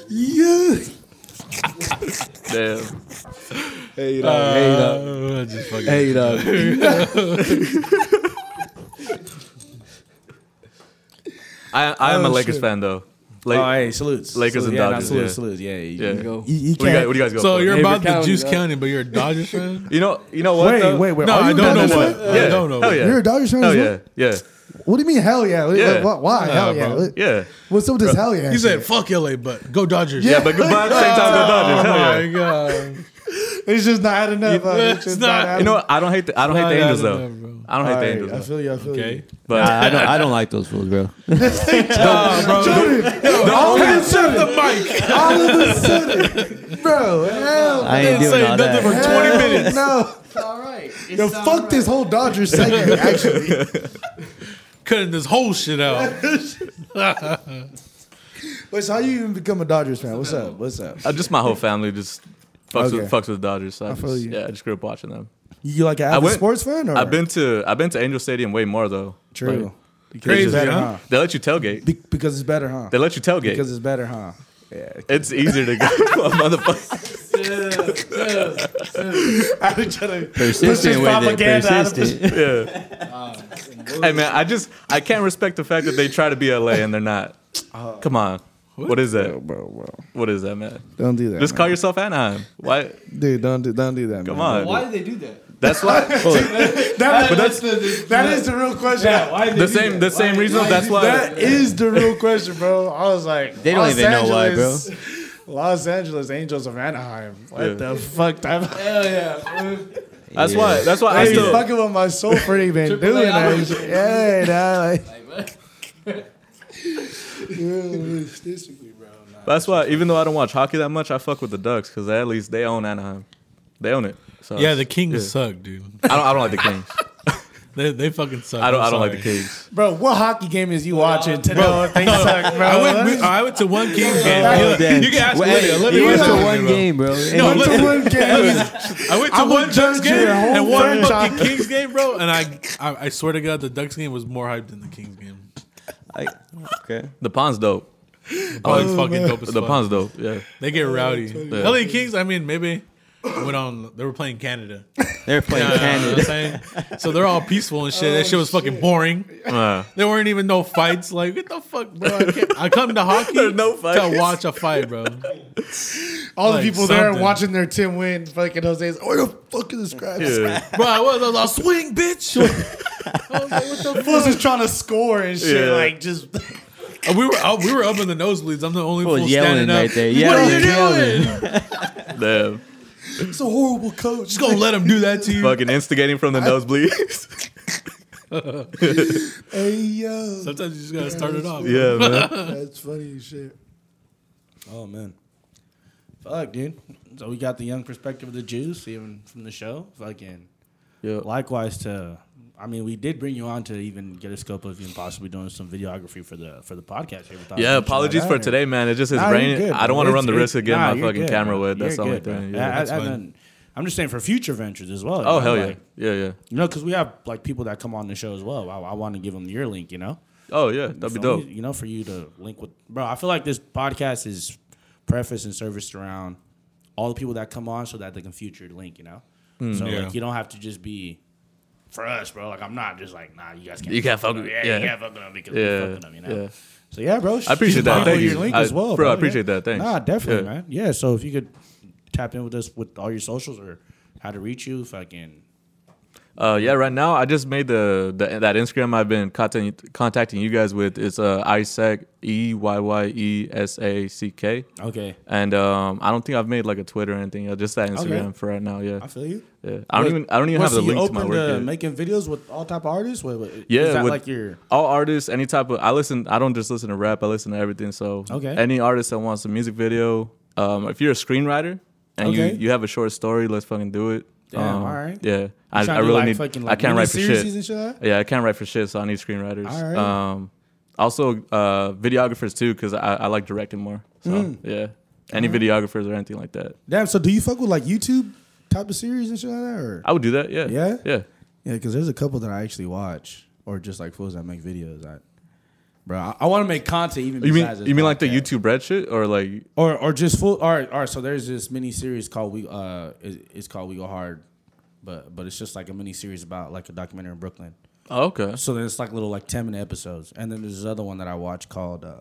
Speaker 3: Yeah.
Speaker 4: Damn.
Speaker 5: Hey,
Speaker 2: Uh, just fucking-
Speaker 5: (laughs) Hey, dog.
Speaker 4: I, I am a
Speaker 3: Oh,
Speaker 4: Lakers
Speaker 3: shit.
Speaker 4: fan though. Like,
Speaker 3: oh, hey, salutes.
Speaker 4: Lakers
Speaker 3: Salute-
Speaker 4: and
Speaker 3: yeah, nah,
Speaker 4: Dodgers,
Speaker 3: salute,
Speaker 4: yeah.
Speaker 3: salute. Yeah, you,
Speaker 4: yeah.
Speaker 5: There you go.
Speaker 3: You, you
Speaker 4: What do you guys,
Speaker 3: can't.
Speaker 4: what do you guys go?
Speaker 2: So
Speaker 4: for?
Speaker 2: you're
Speaker 5: Neighbor
Speaker 2: about the
Speaker 5: county,
Speaker 2: Juice
Speaker 5: yeah.
Speaker 2: County, but you're a Dodgers
Speaker 3: (laughs)
Speaker 2: fan?
Speaker 4: You know, you know what?
Speaker 3: Wait,
Speaker 4: though?
Speaker 3: wait, wait.
Speaker 2: No,
Speaker 3: Are
Speaker 2: I
Speaker 3: you
Speaker 2: don't
Speaker 3: Dodgers
Speaker 2: know what.
Speaker 3: fan?
Speaker 4: Yeah.
Speaker 2: I don't know.
Speaker 4: Oh, yeah.
Speaker 3: You're a Dodgers fan.
Speaker 4: Hell
Speaker 3: as well?
Speaker 4: yeah, yeah,
Speaker 3: What do you mean, hell yeah?
Speaker 4: Yeah.
Speaker 3: Why, why hell
Speaker 2: Nah,
Speaker 3: yeah?
Speaker 2: bro.
Speaker 4: yeah,
Speaker 3: What's up with this hell yeah?
Speaker 2: He said,
Speaker 3: shit?
Speaker 2: fuck LA, but go Dodgers.
Speaker 4: yeah. But goodbye at the same time, go Dodgers. Hell yeah.
Speaker 2: Oh, my God.
Speaker 3: It's just not enough. uh,
Speaker 2: It's
Speaker 3: just
Speaker 2: not-
Speaker 4: You know, what? I don't hate the I don't hate
Speaker 2: Not
Speaker 4: the Angels
Speaker 2: Dodgers,
Speaker 4: though.
Speaker 2: bro.
Speaker 4: I don't
Speaker 3: All
Speaker 4: hate the
Speaker 3: right,
Speaker 4: Angels
Speaker 3: I
Speaker 4: though.
Speaker 3: feel you. I feel
Speaker 2: Okay.
Speaker 4: But
Speaker 6: I don't. I don't like those fools,
Speaker 5: (laughs)
Speaker 6: bro.
Speaker 3: you. All of a
Speaker 2: The
Speaker 3: sudden,
Speaker 2: mic.
Speaker 3: (laughs) all of a sudden, bro. Hell,
Speaker 6: I ain't
Speaker 2: Didn't
Speaker 6: doing
Speaker 2: say
Speaker 6: all
Speaker 2: nothing for
Speaker 6: that.
Speaker 2: 20
Speaker 3: hell
Speaker 2: minutes.
Speaker 3: No,
Speaker 5: All right.
Speaker 3: yo, fuck this whole Dodgers segment.
Speaker 5: (laughs)
Speaker 3: Actually,
Speaker 2: Cutting this whole shit out.
Speaker 3: (laughs)
Speaker 2: (laughs)
Speaker 3: Wait, so how you even become a Dodgers fan? What's up? What's up?
Speaker 4: uh, just my whole family just fucks
Speaker 3: Okay.
Speaker 4: with fucks with Dodgers. So I,
Speaker 3: feel
Speaker 4: just,
Speaker 3: you.
Speaker 4: yeah, I just grew up watching them.
Speaker 3: You like an
Speaker 4: I
Speaker 3: avid
Speaker 4: went-
Speaker 3: sports fan? Or?
Speaker 4: I've been to I've been to Angel Stadium way more though.
Speaker 3: true.
Speaker 2: Crazy,
Speaker 3: it's better,
Speaker 2: huh?
Speaker 3: huh?
Speaker 4: They let you tailgate.
Speaker 3: Be- because it's better, huh?
Speaker 4: They let you tailgate.
Speaker 3: Because it's better, huh? Yeah.
Speaker 4: it's easier to go, (laughs) motherfucker.
Speaker 3: I was trying to
Speaker 6: Persistent with it.
Speaker 3: propaganda out of
Speaker 5: (laughs)
Speaker 6: Persistent.
Speaker 4: Yeah. hey man, I just I can't respect the fact that they try to be LA and they're not.
Speaker 3: Oh.
Speaker 4: Come on. what is that?
Speaker 3: bro, bro.
Speaker 4: What is that, man?
Speaker 3: Don't do that.
Speaker 4: Just
Speaker 3: man.
Speaker 4: call yourself Anaheim. Why?
Speaker 3: dude. Don't do, don't do that.
Speaker 4: Come
Speaker 3: man.
Speaker 4: on.
Speaker 5: Why did they do (laughs) that?
Speaker 4: That's
Speaker 3: (laughs)
Speaker 4: why.
Speaker 3: That,
Speaker 4: But that's
Speaker 3: that is the real question.
Speaker 4: the same. The same reason. That's why.
Speaker 3: That is the real question, bro. I was like,
Speaker 6: They don't
Speaker 3: Los
Speaker 6: even know why, bro.
Speaker 3: Angeles, bro. Los Angeles Angels of Anaheim. What
Speaker 4: Yeah.
Speaker 3: the fuck? That
Speaker 5: Hell yeah.
Speaker 4: that's why. That's why
Speaker 3: I
Speaker 4: I
Speaker 3: ain't
Speaker 4: still.
Speaker 3: fucking with my soul for even doing
Speaker 5: A, I
Speaker 3: that. shit. Yeah, nah, like,
Speaker 4: That's why. Even though I don't watch hockey that much, I fuck with the Ducks because at least they own Anaheim. They own it. So
Speaker 2: Yeah, the Kings suck, dude.
Speaker 4: I don't. I don't like
Speaker 3: (laughs)
Speaker 4: the Kings.
Speaker 2: They, they fucking suck.
Speaker 4: I don't.
Speaker 2: I'm
Speaker 4: I don't like the
Speaker 2: sorry.
Speaker 4: Kings.
Speaker 3: bro, what hockey game is you watching to know if they suck, bro?
Speaker 2: I went, we- I went to one Kings game.
Speaker 6: Oh, damn.
Speaker 2: You can ask
Speaker 6: Wait,
Speaker 2: Lydia. Let me
Speaker 6: You went
Speaker 2: ask
Speaker 6: to
Speaker 2: you,
Speaker 6: one
Speaker 2: bro.
Speaker 6: game, bro.
Speaker 2: No,
Speaker 6: Hey,
Speaker 2: let-
Speaker 3: Went to one game.
Speaker 2: I went to
Speaker 3: I would
Speaker 2: one Ducks
Speaker 3: judge
Speaker 2: game
Speaker 3: your whole
Speaker 2: and one
Speaker 3: franchise.
Speaker 2: fucking Kings game, bro. And I, I, I swear to God, the Ducks game was more hyped than the Kings game.
Speaker 6: okay.
Speaker 4: The Pond's dope.
Speaker 3: Oh,
Speaker 4: Um,
Speaker 2: Probably fucking dope as
Speaker 4: Oh, The
Speaker 2: fuck.
Speaker 4: Pond's dope. Yeah.
Speaker 3: (laughs)
Speaker 2: They get rowdy. LA Kings, I mean, maybe went on. They were playing Canada.
Speaker 6: They're playing
Speaker 2: You know what I'm
Speaker 5: (laughs)
Speaker 6: Canada.
Speaker 2: saying? So they're all peaceful and shit. that shit was fucking boring.
Speaker 4: Uh,
Speaker 2: There weren't even no fights. Like what the fuck, bro? I, can't, I come to hockey
Speaker 4: There's no
Speaker 2: to
Speaker 4: fights.
Speaker 2: watch a fight, bro.
Speaker 3: All
Speaker 2: Like
Speaker 3: the people there
Speaker 2: something.
Speaker 3: watching their team win. Fucking Jose's. Where the fuck is this guy?
Speaker 4: yeah.
Speaker 2: Bro, I was, I was like, swing, bitch.
Speaker 3: Fools is trying to score and shit.
Speaker 4: Yeah.
Speaker 3: Like just (laughs)
Speaker 2: And we were up, we were up in the nosebleeds. I'm the only
Speaker 6: People
Speaker 2: fool
Speaker 6: was
Speaker 2: standing
Speaker 6: yelling
Speaker 2: up.
Speaker 6: right there.
Speaker 2: what are
Speaker 6: Yelling,
Speaker 2: you doing?
Speaker 6: yelling.
Speaker 4: Damn.
Speaker 3: it's a horrible coach.
Speaker 2: Just gonna let him do that to you.
Speaker 4: Fucking instigating from the
Speaker 3: (laughs)
Speaker 4: nosebleeds. (laughs)
Speaker 3: Hey yo,
Speaker 2: Sometimes you just gotta start it off.
Speaker 4: yeah, man.
Speaker 3: that's funny as shit. Oh man, fuck, dude. So we got the young perspective of the Jews, even from the show. Fucking.
Speaker 4: Yo.
Speaker 3: Likewise to, I mean, we did bring you on to even get a scope of even possibly doing some videography for the for the podcast. Here We thought
Speaker 4: Yeah,
Speaker 3: we'd put you
Speaker 4: apologies
Speaker 3: on
Speaker 4: for
Speaker 3: that.
Speaker 4: today, man. It just is
Speaker 3: Nah, you're
Speaker 4: raining.
Speaker 3: good,
Speaker 4: I don't
Speaker 3: bro.
Speaker 4: want to run
Speaker 3: It's-
Speaker 4: the
Speaker 3: it-
Speaker 4: risk of getting
Speaker 3: nah,
Speaker 4: my
Speaker 3: you're
Speaker 4: fucking
Speaker 3: good,
Speaker 4: camera
Speaker 3: bro.
Speaker 4: wet. That's the
Speaker 3: You're
Speaker 4: only
Speaker 3: good, bro.
Speaker 4: thing.
Speaker 3: I-
Speaker 4: Yeah.
Speaker 2: that's
Speaker 3: I- I
Speaker 2: fine.
Speaker 3: done- I'm just saying for future ventures as well.
Speaker 4: Oh
Speaker 3: you know,
Speaker 4: hell yeah,
Speaker 3: like-
Speaker 4: yeah yeah.
Speaker 3: You know, because we have like people that come on the show as well. I, I want to give them your link. You know,
Speaker 4: Oh yeah, that'd be
Speaker 3: So,
Speaker 4: dope.
Speaker 3: You know, for you to link with, bro. I feel like this podcast is prefaced and serviced around all the people that come on so that they can future link, you know?
Speaker 4: Hmm,
Speaker 3: so
Speaker 2: Yeah.
Speaker 3: like you don't have to just be for us, bro. Like I'm not just like, nah, you guys can't
Speaker 4: You can't fuck
Speaker 3: with
Speaker 4: with-
Speaker 3: yeah, you
Speaker 4: yeah.
Speaker 3: can't fuck with them because
Speaker 4: Yeah,
Speaker 3: we're fucking them, you know.
Speaker 4: yeah.
Speaker 3: So yeah, bro.
Speaker 4: I appreciate
Speaker 3: shoot
Speaker 4: that.
Speaker 3: my
Speaker 4: Thank
Speaker 3: boy
Speaker 4: you.
Speaker 3: your link
Speaker 4: I-
Speaker 3: as well,
Speaker 4: bro, I
Speaker 3: yeah.
Speaker 4: appreciate that. Thanks.
Speaker 3: Nah, definitely,
Speaker 4: Yeah.
Speaker 3: man. Yeah. So if you could tap in with us with all your socials or how to reach you, fucking
Speaker 4: Uh, yeah, right now I just made the, the that Instagram I've been contact, contacting you guys with. It's uh, Isaac E Y Y E S A C K,
Speaker 3: okay.
Speaker 4: and um, I don't think I've made like a Twitter or anything. uh, Just that Instagram
Speaker 3: Okay.
Speaker 4: for right now. Yeah,
Speaker 3: I feel you.
Speaker 4: yeah. I don't
Speaker 3: Wait,
Speaker 4: even I don't even
Speaker 3: what,
Speaker 4: have
Speaker 3: so
Speaker 4: the
Speaker 3: you
Speaker 4: link to my
Speaker 3: open
Speaker 4: work. yet.
Speaker 3: making videos with all type of artists. Wait, wait,
Speaker 4: Yeah,
Speaker 3: is that
Speaker 4: with-
Speaker 3: like your
Speaker 4: all artists, any type of I listen. I don't just listen to rap. I listen to everything. So
Speaker 3: Okay.
Speaker 4: any artist that wants a music video, um, if you're a screenwriter and
Speaker 3: Okay.
Speaker 4: you you have a short story, let's fucking do it.
Speaker 3: Damn,
Speaker 4: Um,
Speaker 3: all right.
Speaker 4: Yeah,
Speaker 3: trying
Speaker 4: I,
Speaker 3: to
Speaker 4: I
Speaker 3: do,
Speaker 4: really
Speaker 3: like,
Speaker 4: need.
Speaker 3: fucking,
Speaker 4: I
Speaker 3: like,
Speaker 4: can't write for shit.
Speaker 3: miniseries and shit like
Speaker 4: Yeah, I can't write for shit, so I need screenwriters.
Speaker 3: All right.
Speaker 4: Um, also uh, videographers too, because I, I like directing more. So
Speaker 3: Hmm.
Speaker 4: yeah, any videographers or anything like that,
Speaker 3: Damn. So do you fuck with like YouTube type of series and shit like that, or
Speaker 4: I would do that. Yeah,
Speaker 3: Yeah?
Speaker 4: yeah.
Speaker 3: Yeah, because there's a couple that I actually watch, or just like fools that make videos. I, bro, I, I want to make content even.
Speaker 4: You mean
Speaker 3: besides this
Speaker 4: you mean like the
Speaker 3: podcast.
Speaker 4: YouTube red shit or like
Speaker 3: or or just full? All right, all right. So there's this mini series called We. Uh, it- it's called We Go Hard, but but it's just like a mini series about like a documentary in Brooklyn.
Speaker 4: oh, okay.
Speaker 3: So then it's like little like ten minute episodes, and then there's this other one that I watch called uh,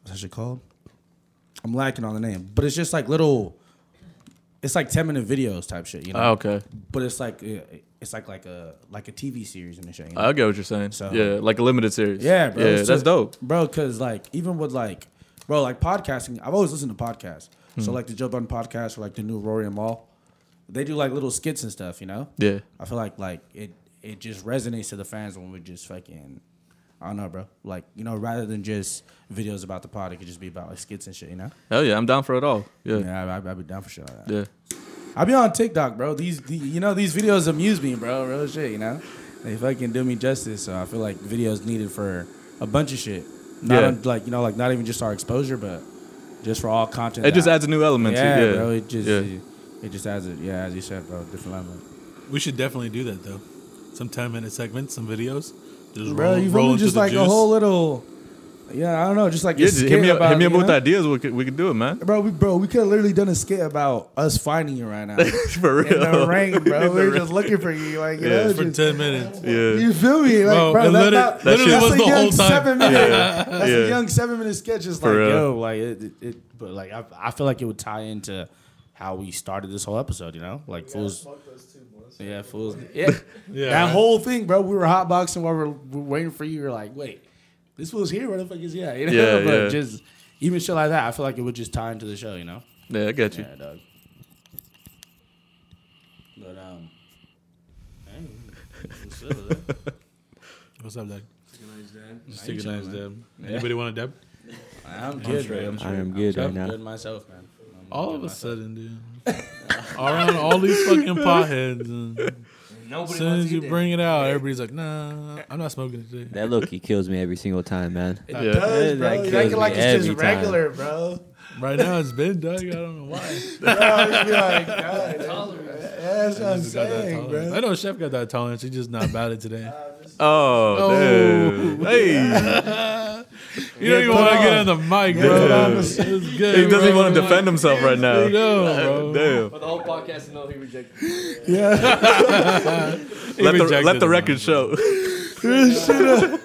Speaker 3: what's that shit called? I'm lacking on the name, but it's just like little. It's like ten minute videos type shit, you know.
Speaker 4: Oh, okay.
Speaker 3: But it's like uh, it's like like a like a TV series and shit. You know?
Speaker 4: I get what you're saying.
Speaker 3: So-
Speaker 4: yeah, like a limited series.
Speaker 3: Yeah, bro.
Speaker 4: Yeah,
Speaker 3: It's
Speaker 4: that's
Speaker 3: just-
Speaker 4: dope.
Speaker 3: bro. Because like even with like, bro, like podcasting, I've always listened to podcasts. So like the Joe Budden podcast or like the new Rory and Maul, they do like little skits and stuff. You know.
Speaker 4: Yeah.
Speaker 3: I feel like like it it just resonates to the fans when we just fucking. I don't know, bro. Like you know, rather than just videos about the pod, it could just be about like skits and shit. You know.
Speaker 4: Hell yeah, I'm down for it all. Yeah. Yeah.
Speaker 3: Yeah, I, I, I'd be down for shit like that. I be on TikTok, bro. These, the, you know, these videos amuse me, bro. Real shit, you know. They fucking do me justice. So I feel like videos needed for a bunch of shit. Not
Speaker 4: Yeah.
Speaker 3: on- like you know, like not even just our exposure, but just for all content.
Speaker 4: It just
Speaker 3: that-
Speaker 4: adds a new element
Speaker 3: yeah,
Speaker 4: to it. Yeah.
Speaker 3: bro. It just,
Speaker 4: yeah.
Speaker 3: it, just adds it. Yeah, as you said, bro. Different level.
Speaker 2: We should definitely do that though. Some 10 minute segments, some videos. Just
Speaker 3: Bro,
Speaker 2: roll,
Speaker 3: you
Speaker 2: roll
Speaker 3: really
Speaker 2: into
Speaker 3: just
Speaker 2: the
Speaker 3: like
Speaker 2: juice.
Speaker 3: a whole little. Yeah, I don't know. Just like a
Speaker 4: Yeah, just hit
Speaker 3: skit
Speaker 4: me up,
Speaker 3: about,
Speaker 4: hit me up
Speaker 3: you
Speaker 4: with
Speaker 3: know?
Speaker 4: ideas. We could, we could do it, man. (laughs)
Speaker 3: Bro, we bro, we could have literally done a skit about us finding you right
Speaker 4: (laughs)
Speaker 3: now.
Speaker 4: For real.
Speaker 3: In the rain, bro.
Speaker 4: In
Speaker 3: we
Speaker 4: the
Speaker 3: were just looking for you, like you
Speaker 4: Yeah,
Speaker 3: know,
Speaker 2: for
Speaker 3: just-
Speaker 2: 10 minutes.
Speaker 4: Yeah.
Speaker 3: You feel me? Like,
Speaker 2: Bro,
Speaker 3: bro,
Speaker 2: it
Speaker 3: that's
Speaker 2: literally-
Speaker 3: not,
Speaker 2: that shit
Speaker 3: that's
Speaker 2: was
Speaker 3: a
Speaker 2: the
Speaker 3: young
Speaker 2: whole time.
Speaker 3: Seven minute, That's
Speaker 4: Yeah.
Speaker 3: a young seven minute sketch. Just
Speaker 4: For
Speaker 3: like,
Speaker 4: real.
Speaker 3: yo, like, it, it, it- but like, I, I feel like it would tie into how we started this whole episode, you know? Like, fools. Yeah, fools. Yeah.
Speaker 2: Yeah,
Speaker 3: that
Speaker 2: right.
Speaker 3: whole thing, bro. We were hotboxing while we were, we were waiting for you. You're like, wait, this fool's here. Where the fuck is he at? (laughs) You know?
Speaker 4: Yeah,
Speaker 3: but
Speaker 4: yeah.
Speaker 3: just even shit like that, I feel like it would just tie into the show, you know?
Speaker 4: Yeah, I got you.
Speaker 3: Yeah, dog. But, um, hey, what's up with that?
Speaker 2: What's up, Doug? Just take a nice dab. Anybody want a dab?
Speaker 3: I'm good, man.
Speaker 6: I am good right
Speaker 3: I'm
Speaker 6: now.
Speaker 3: good myself, man. I'm
Speaker 2: All
Speaker 3: good
Speaker 2: of a
Speaker 3: myself.
Speaker 2: sudden, dude. (laughs) Around all these fucking potheads. And as soon as you bring it out, everybody's like, nah, I'm not smoking it today.
Speaker 6: That look, he kills me every single time, man.
Speaker 4: Yeah.
Speaker 3: It does,
Speaker 6: That
Speaker 3: bro. You
Speaker 6: kills
Speaker 3: acting
Speaker 6: me
Speaker 3: like it's
Speaker 6: every
Speaker 3: just
Speaker 6: time.
Speaker 3: regular, bro.
Speaker 2: Right now, it's been Doug. I don't know why.
Speaker 3: (laughs) Bro, you be like, God, that's what I'm
Speaker 2: He's got that
Speaker 3: saying,
Speaker 2: tolerance.
Speaker 3: bro.
Speaker 2: I know Chef got that tolerance. He's just not about it
Speaker 3: (laughs)
Speaker 2: today.
Speaker 4: Oh, dude. Hey.
Speaker 2: You don't even want to get on the mic, bro.
Speaker 3: Yeah.
Speaker 2: This is good,
Speaker 4: He doesn't even
Speaker 2: bro.
Speaker 4: want to defend himself right now.
Speaker 2: I
Speaker 3: (laughs)
Speaker 2: know, bro.
Speaker 4: Damn.
Speaker 5: the whole podcast, no, he rejected.
Speaker 3: Yeah,
Speaker 2: He
Speaker 4: (laughs) Let the,
Speaker 2: rejected
Speaker 4: let the
Speaker 2: him.
Speaker 4: record show. (laughs)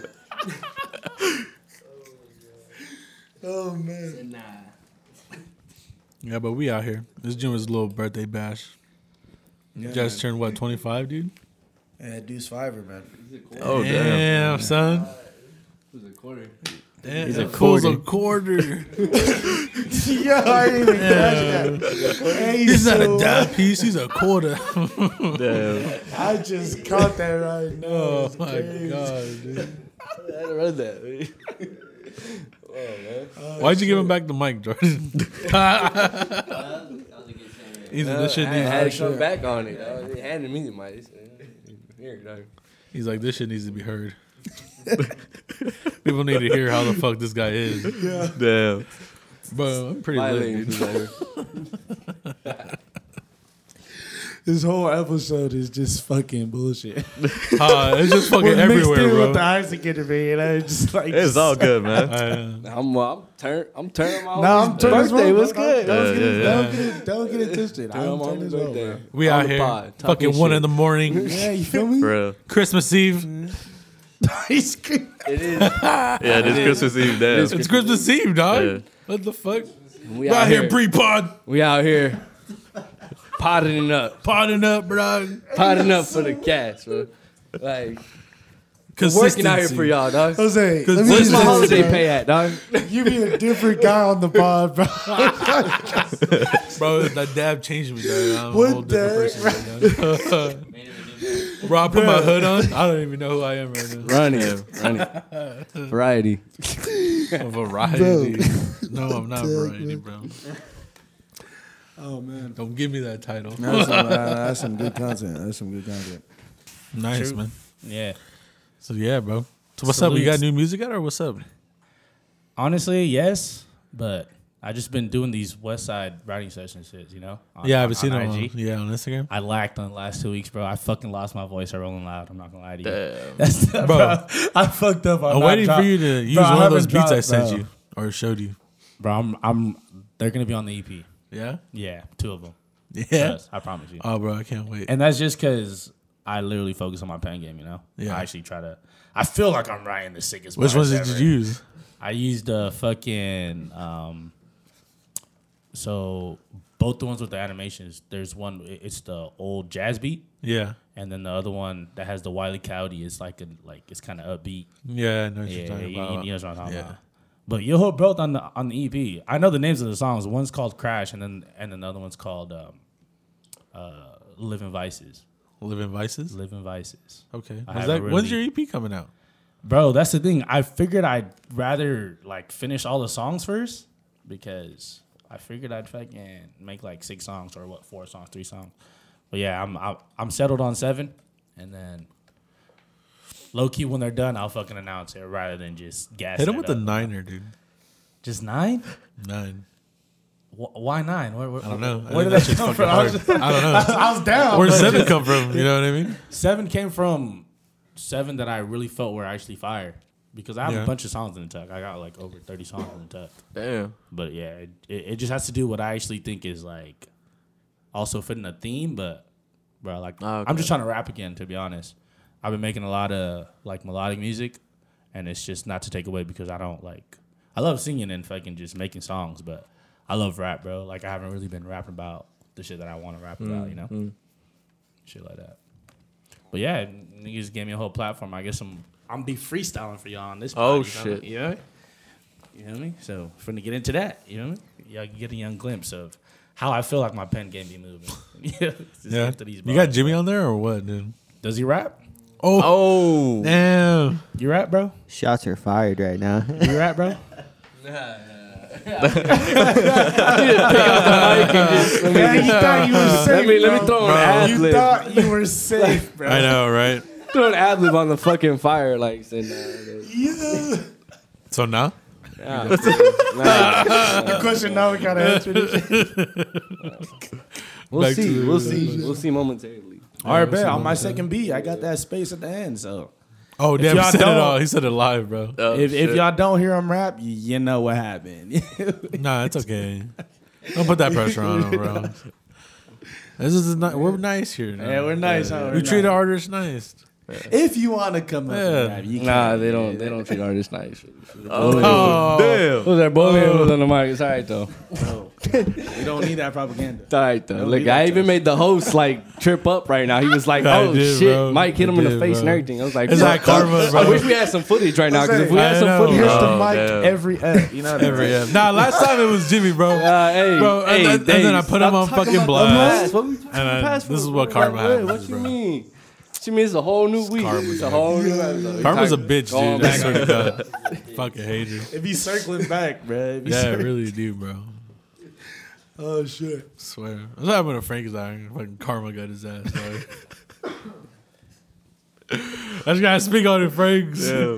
Speaker 2: Yeah, but we out here. This gym is a little birthday bash. You guys turned what, 25, dude?
Speaker 3: yeah, Deuce Fiver, man.
Speaker 4: Oh, damn.
Speaker 2: Damn, son.
Speaker 5: It was a quarter.
Speaker 2: Damn,
Speaker 6: He's a
Speaker 2: that fool's a quarter.
Speaker 3: Yo, I didn't even catch that. Hey,
Speaker 2: He's not a
Speaker 3: so
Speaker 2: dime piece. He's a (laughs) quarter.
Speaker 4: Damn.
Speaker 3: I just caught that right now.
Speaker 2: oh my god, dude.
Speaker 5: I had read that.
Speaker 2: Why'd you give him back the mic, Jordan? he's this shit
Speaker 5: I had
Speaker 2: needs.
Speaker 5: to come back on it. dog. They handed me the mic. Here, dog.
Speaker 2: He's like, this shit needs to be heard. (laughs) People need to hear how the fuck this guy is.
Speaker 4: Damn.
Speaker 2: Bro, I'm pretty lit.
Speaker 5: Violating.
Speaker 3: This whole episode is just fucking bullshit.
Speaker 2: Uh, it's just fucking
Speaker 3: We're mixed in
Speaker 2: everywhere,
Speaker 3: with the
Speaker 2: bro.
Speaker 3: Isaac interview, and I just like
Speaker 4: It's all good, man.
Speaker 2: Uh,
Speaker 5: I'm I'm turn I'm turning my
Speaker 3: No, I'm turning this
Speaker 5: birthday
Speaker 3: one-
Speaker 5: was
Speaker 3: don't-
Speaker 5: good.
Speaker 3: Don't,
Speaker 4: Yeah,
Speaker 3: get it,
Speaker 4: yeah, yeah.
Speaker 3: don't get it. Don't get it twisted. I'm
Speaker 5: I'm on
Speaker 3: turning
Speaker 5: his
Speaker 3: this over.
Speaker 5: birthday.
Speaker 2: we
Speaker 5: On
Speaker 2: out
Speaker 5: the
Speaker 2: here,
Speaker 5: pod, talking
Speaker 2: fucking one
Speaker 5: shit.
Speaker 2: in the morning,
Speaker 3: Yeah, you feel
Speaker 4: (laughs)
Speaker 3: me?
Speaker 4: For real.
Speaker 2: Christmas Eve.
Speaker 3: (laughs) He's screaming.
Speaker 5: It is.
Speaker 4: Yeah, this Christmas Eve, damn.
Speaker 2: It's Christmas Eve, dog.
Speaker 4: Yeah.
Speaker 2: What the fuck?
Speaker 5: We
Speaker 2: We out here
Speaker 5: pre-
Speaker 2: pre pod,
Speaker 5: we out here potting it up,
Speaker 2: podding up, bro.
Speaker 5: potting up for the cats, bro. Like
Speaker 2: Consistency.
Speaker 5: working out here for y'all, dog.
Speaker 3: Jose,
Speaker 2: Cause
Speaker 3: let
Speaker 2: this
Speaker 3: me just
Speaker 5: Where's my
Speaker 2: is-
Speaker 3: tell
Speaker 5: holiday
Speaker 3: you,
Speaker 5: pay at, dog?
Speaker 3: bro, you be a different guy on the pod, (laughs) bro.
Speaker 2: bro. That dab changed me. Dog. I'm
Speaker 3: What
Speaker 2: a whole different
Speaker 3: dab?
Speaker 2: person. right now. bro, I put my hood on. I don't even know who I am right now.
Speaker 5: Running, running, variety.
Speaker 2: A variety. No, I'm not variety, bro.
Speaker 3: Oh man,
Speaker 2: Don't give me that title.
Speaker 3: that's some, that's some good content. That's some good content.
Speaker 2: Nice, man.
Speaker 3: Yeah.
Speaker 2: So yeah, bro. So what's up? We got
Speaker 8: Salutes.
Speaker 2: new music out or what's up?
Speaker 8: Honestly, yes, but I just been doing these West Side writing session shits, you know. on-
Speaker 2: yeah, I
Speaker 8: on-
Speaker 2: haven't seen
Speaker 8: on
Speaker 2: it on,
Speaker 8: IG.
Speaker 2: yeah, on Instagram.
Speaker 8: I lacked on the last two weeks, bro. I fucking lost my voice. I rolling loud. I'm not gonna lie to you. (laughs) That's bro. I fucked up.
Speaker 2: I'm,
Speaker 8: not
Speaker 2: waiting
Speaker 8: drop-
Speaker 2: for you to use
Speaker 8: Bro, I
Speaker 2: one of
Speaker 8: haven't
Speaker 2: those beats I
Speaker 8: dropped,
Speaker 2: sent
Speaker 8: bro.
Speaker 2: you or showed you.
Speaker 8: Bro, I'm. I'm. They're gonna be on the EP.
Speaker 2: (laughs) Yeah?
Speaker 8: Yeah, two of them.
Speaker 2: Yeah.
Speaker 8: Trust, I promise you.
Speaker 2: Oh bro, I can't wait.
Speaker 8: And that's just because I literally focus on my pen game. You know.
Speaker 2: Yeah.
Speaker 8: I actually try to. I feel like I'm writing the sickest.
Speaker 2: Which
Speaker 8: bars
Speaker 2: ones did you
Speaker 8: ever.
Speaker 2: use?
Speaker 8: I used the fucking um so both the ones with the animations. There's one it- it's the old jazz beat
Speaker 2: Yeah.
Speaker 8: and then the other one that has the Wiley Coyote is like a like it's kind of upbeat.
Speaker 2: Yeah, I know what
Speaker 8: Yeah,
Speaker 2: you're
Speaker 8: you,
Speaker 2: talking
Speaker 8: you-
Speaker 2: about.
Speaker 8: you know what I'm talking
Speaker 2: Yeah.
Speaker 8: about. But yo ho both on the on the EP. I know the names of the songs. One's called Crash and then and another one's called um uh Living Vices.
Speaker 2: Living Vices?
Speaker 8: Living Vices.
Speaker 2: Okay.
Speaker 8: I
Speaker 2: Was that,
Speaker 8: haven't
Speaker 2: When's your
Speaker 8: really-
Speaker 2: EP coming out?
Speaker 8: Bro, that's the thing. I figured I'd rather like finish all the songs first because I figured I'd fucking make like six songs or what four songs, three songs. But yeah, I'm I'm, I'm settled on seven, and then low key when they're done, I'll fucking announce it rather than just gas.
Speaker 2: Hit him
Speaker 8: it
Speaker 2: with
Speaker 8: up.
Speaker 2: the niner, dude.
Speaker 8: Just nine?
Speaker 2: Nine.
Speaker 8: Wh- Why nine? Where, where,
Speaker 2: I don't know. I think
Speaker 8: Where did that
Speaker 2: shit's
Speaker 8: come
Speaker 2: fucking
Speaker 8: from? I was
Speaker 2: hard. (laughs) I don't know.
Speaker 8: I was down.
Speaker 2: Where's
Speaker 8: but
Speaker 2: seven come from? You know what I
Speaker 8: (laughs)
Speaker 2: mean?
Speaker 8: Seven came from seven that I really felt were actually fire because I have
Speaker 2: Yeah.
Speaker 8: a bunch of songs in the tuck. I got like over thirty songs in the tuck.
Speaker 4: Damn.
Speaker 8: But yeah, it, it, it just has to do what I actually think is like also fitting a theme. But bro, like
Speaker 4: Ah,
Speaker 8: I'm just trying to rap again. To be honest, I've been making a lot of like melodic music, and it's just not to take away because I don't like I love singing and fucking just making songs, but I love rap, bro. Like I haven't really been rapping about the shit that I want to rap about, you know,
Speaker 4: Mm-hmm.
Speaker 8: shit like that. But yeah, niggas gave me a whole platform. I guess I'm I'm be freestyling for y'all on this.
Speaker 4: Oh,
Speaker 8: podcast. I'm-
Speaker 4: shit.
Speaker 8: you know. what I mean? You know what I mean? So we're gonna get into that. You know what I mean? Y'all can get a young glimpse of how I feel like my pen game be moving. (laughs) yeah. Just
Speaker 2: Yeah.
Speaker 8: after these
Speaker 2: You got
Speaker 8: bars.
Speaker 2: Jimmy on there or what, dude?
Speaker 8: Does he rap?
Speaker 2: Oh,
Speaker 4: Oh.
Speaker 2: damn.
Speaker 8: You rap, bro?
Speaker 6: Shots are fired right now.
Speaker 8: You rap, bro? (laughs)
Speaker 3: Yeah, you thought you were
Speaker 5: Let
Speaker 3: safe.
Speaker 5: me let
Speaker 3: bro.
Speaker 5: me throw an ad
Speaker 3: You
Speaker 5: lib.
Speaker 3: thought you (laughs) were safe, bro.
Speaker 2: I know, right?
Speaker 5: Throw an ad lib on the fucking fire, like saying, uh, nah,
Speaker 3: Yeah.
Speaker 2: So now?
Speaker 5: nah, nah.
Speaker 3: The question now we gotta answer this.
Speaker 5: We'll
Speaker 2: Back to
Speaker 5: see.
Speaker 2: the-
Speaker 5: We'll see. We'll see momentarily.
Speaker 3: All right, bet on my second beat, I got that space at the end. So
Speaker 2: Oh, damn. He
Speaker 3: y'all
Speaker 2: said it
Speaker 3: don't-
Speaker 2: all. He said it live, bro.
Speaker 4: Oh,
Speaker 3: if, if
Speaker 4: shit.
Speaker 3: y'all don't hear him rap, you, you know what happened. (laughs)
Speaker 2: Nah,
Speaker 5: (laughs)
Speaker 2: it's okay. Don't put that pressure on him, bro. This is not, we're nice here. Now.
Speaker 3: Yeah, we're nice, huh? We're
Speaker 2: we treat
Speaker 3: nice.
Speaker 2: our artists nice.
Speaker 3: if you want to come up,
Speaker 2: Yeah.
Speaker 3: and rap, you
Speaker 5: Nah,
Speaker 3: can.
Speaker 5: they don't. They don't treat artists nice.
Speaker 2: Oh,
Speaker 5: Who's that boy was on the mic? It's all right though.
Speaker 3: You don't need that propaganda.
Speaker 5: It's all right though.
Speaker 3: Don't be
Speaker 5: Look,
Speaker 3: like
Speaker 5: I even
Speaker 3: that.
Speaker 5: made the host like trip up right now. He was
Speaker 2: (laughs)
Speaker 5: like,
Speaker 2: I
Speaker 5: "Oh
Speaker 2: did,
Speaker 5: shit!"
Speaker 2: bro.
Speaker 5: Mike hit him
Speaker 2: I
Speaker 5: in the
Speaker 2: did,
Speaker 5: face and
Speaker 2: bro.
Speaker 5: everything. I was like,
Speaker 2: It's
Speaker 5: "What
Speaker 2: like
Speaker 5: the-
Speaker 2: karma,
Speaker 5: I
Speaker 2: bro.
Speaker 5: wish we had some footage right now. Because if we
Speaker 2: I
Speaker 5: had some
Speaker 2: know,
Speaker 5: footage,
Speaker 3: Here's the
Speaker 4: Oh,
Speaker 3: mic (laughs)
Speaker 4: damn.
Speaker 3: every F. You know what I'm
Speaker 2: Every
Speaker 3: saying?
Speaker 2: yeah. Nah, last time it was Jimmy, bro.
Speaker 5: uh, hey,
Speaker 2: Bro, and
Speaker 5: hey,
Speaker 2: then- and then
Speaker 5: Dave,
Speaker 2: I put him
Speaker 5: stop
Speaker 2: on
Speaker 5: talking
Speaker 2: fucking
Speaker 5: about
Speaker 2: blast.
Speaker 5: the past. What we talking
Speaker 2: And I-
Speaker 5: about past
Speaker 2: this
Speaker 5: for?
Speaker 2: is what karma
Speaker 5: Like, what-
Speaker 2: happens,
Speaker 5: What you
Speaker 2: bro.
Speaker 5: mean? What you mean? It's a whole new week.
Speaker 2: karma,
Speaker 5: It's a
Speaker 2: dude.
Speaker 5: whole new episode.
Speaker 2: Karma's a
Speaker 5: Talk-
Speaker 2: bitch,
Speaker 5: going
Speaker 2: dude. I
Speaker 5: back
Speaker 2: swear to God. Fucking hate you.
Speaker 3: It be circling back, bro. It
Speaker 2: (laughs)
Speaker 3: be
Speaker 2: Yeah, I
Speaker 3: circling-
Speaker 2: really do, bro.
Speaker 3: Oh shit.
Speaker 2: swear. That's what happened to Frank's iron. Fucking karma got his ass. Dog. (laughs) I just gotta speak on it, Frank's. Yeah.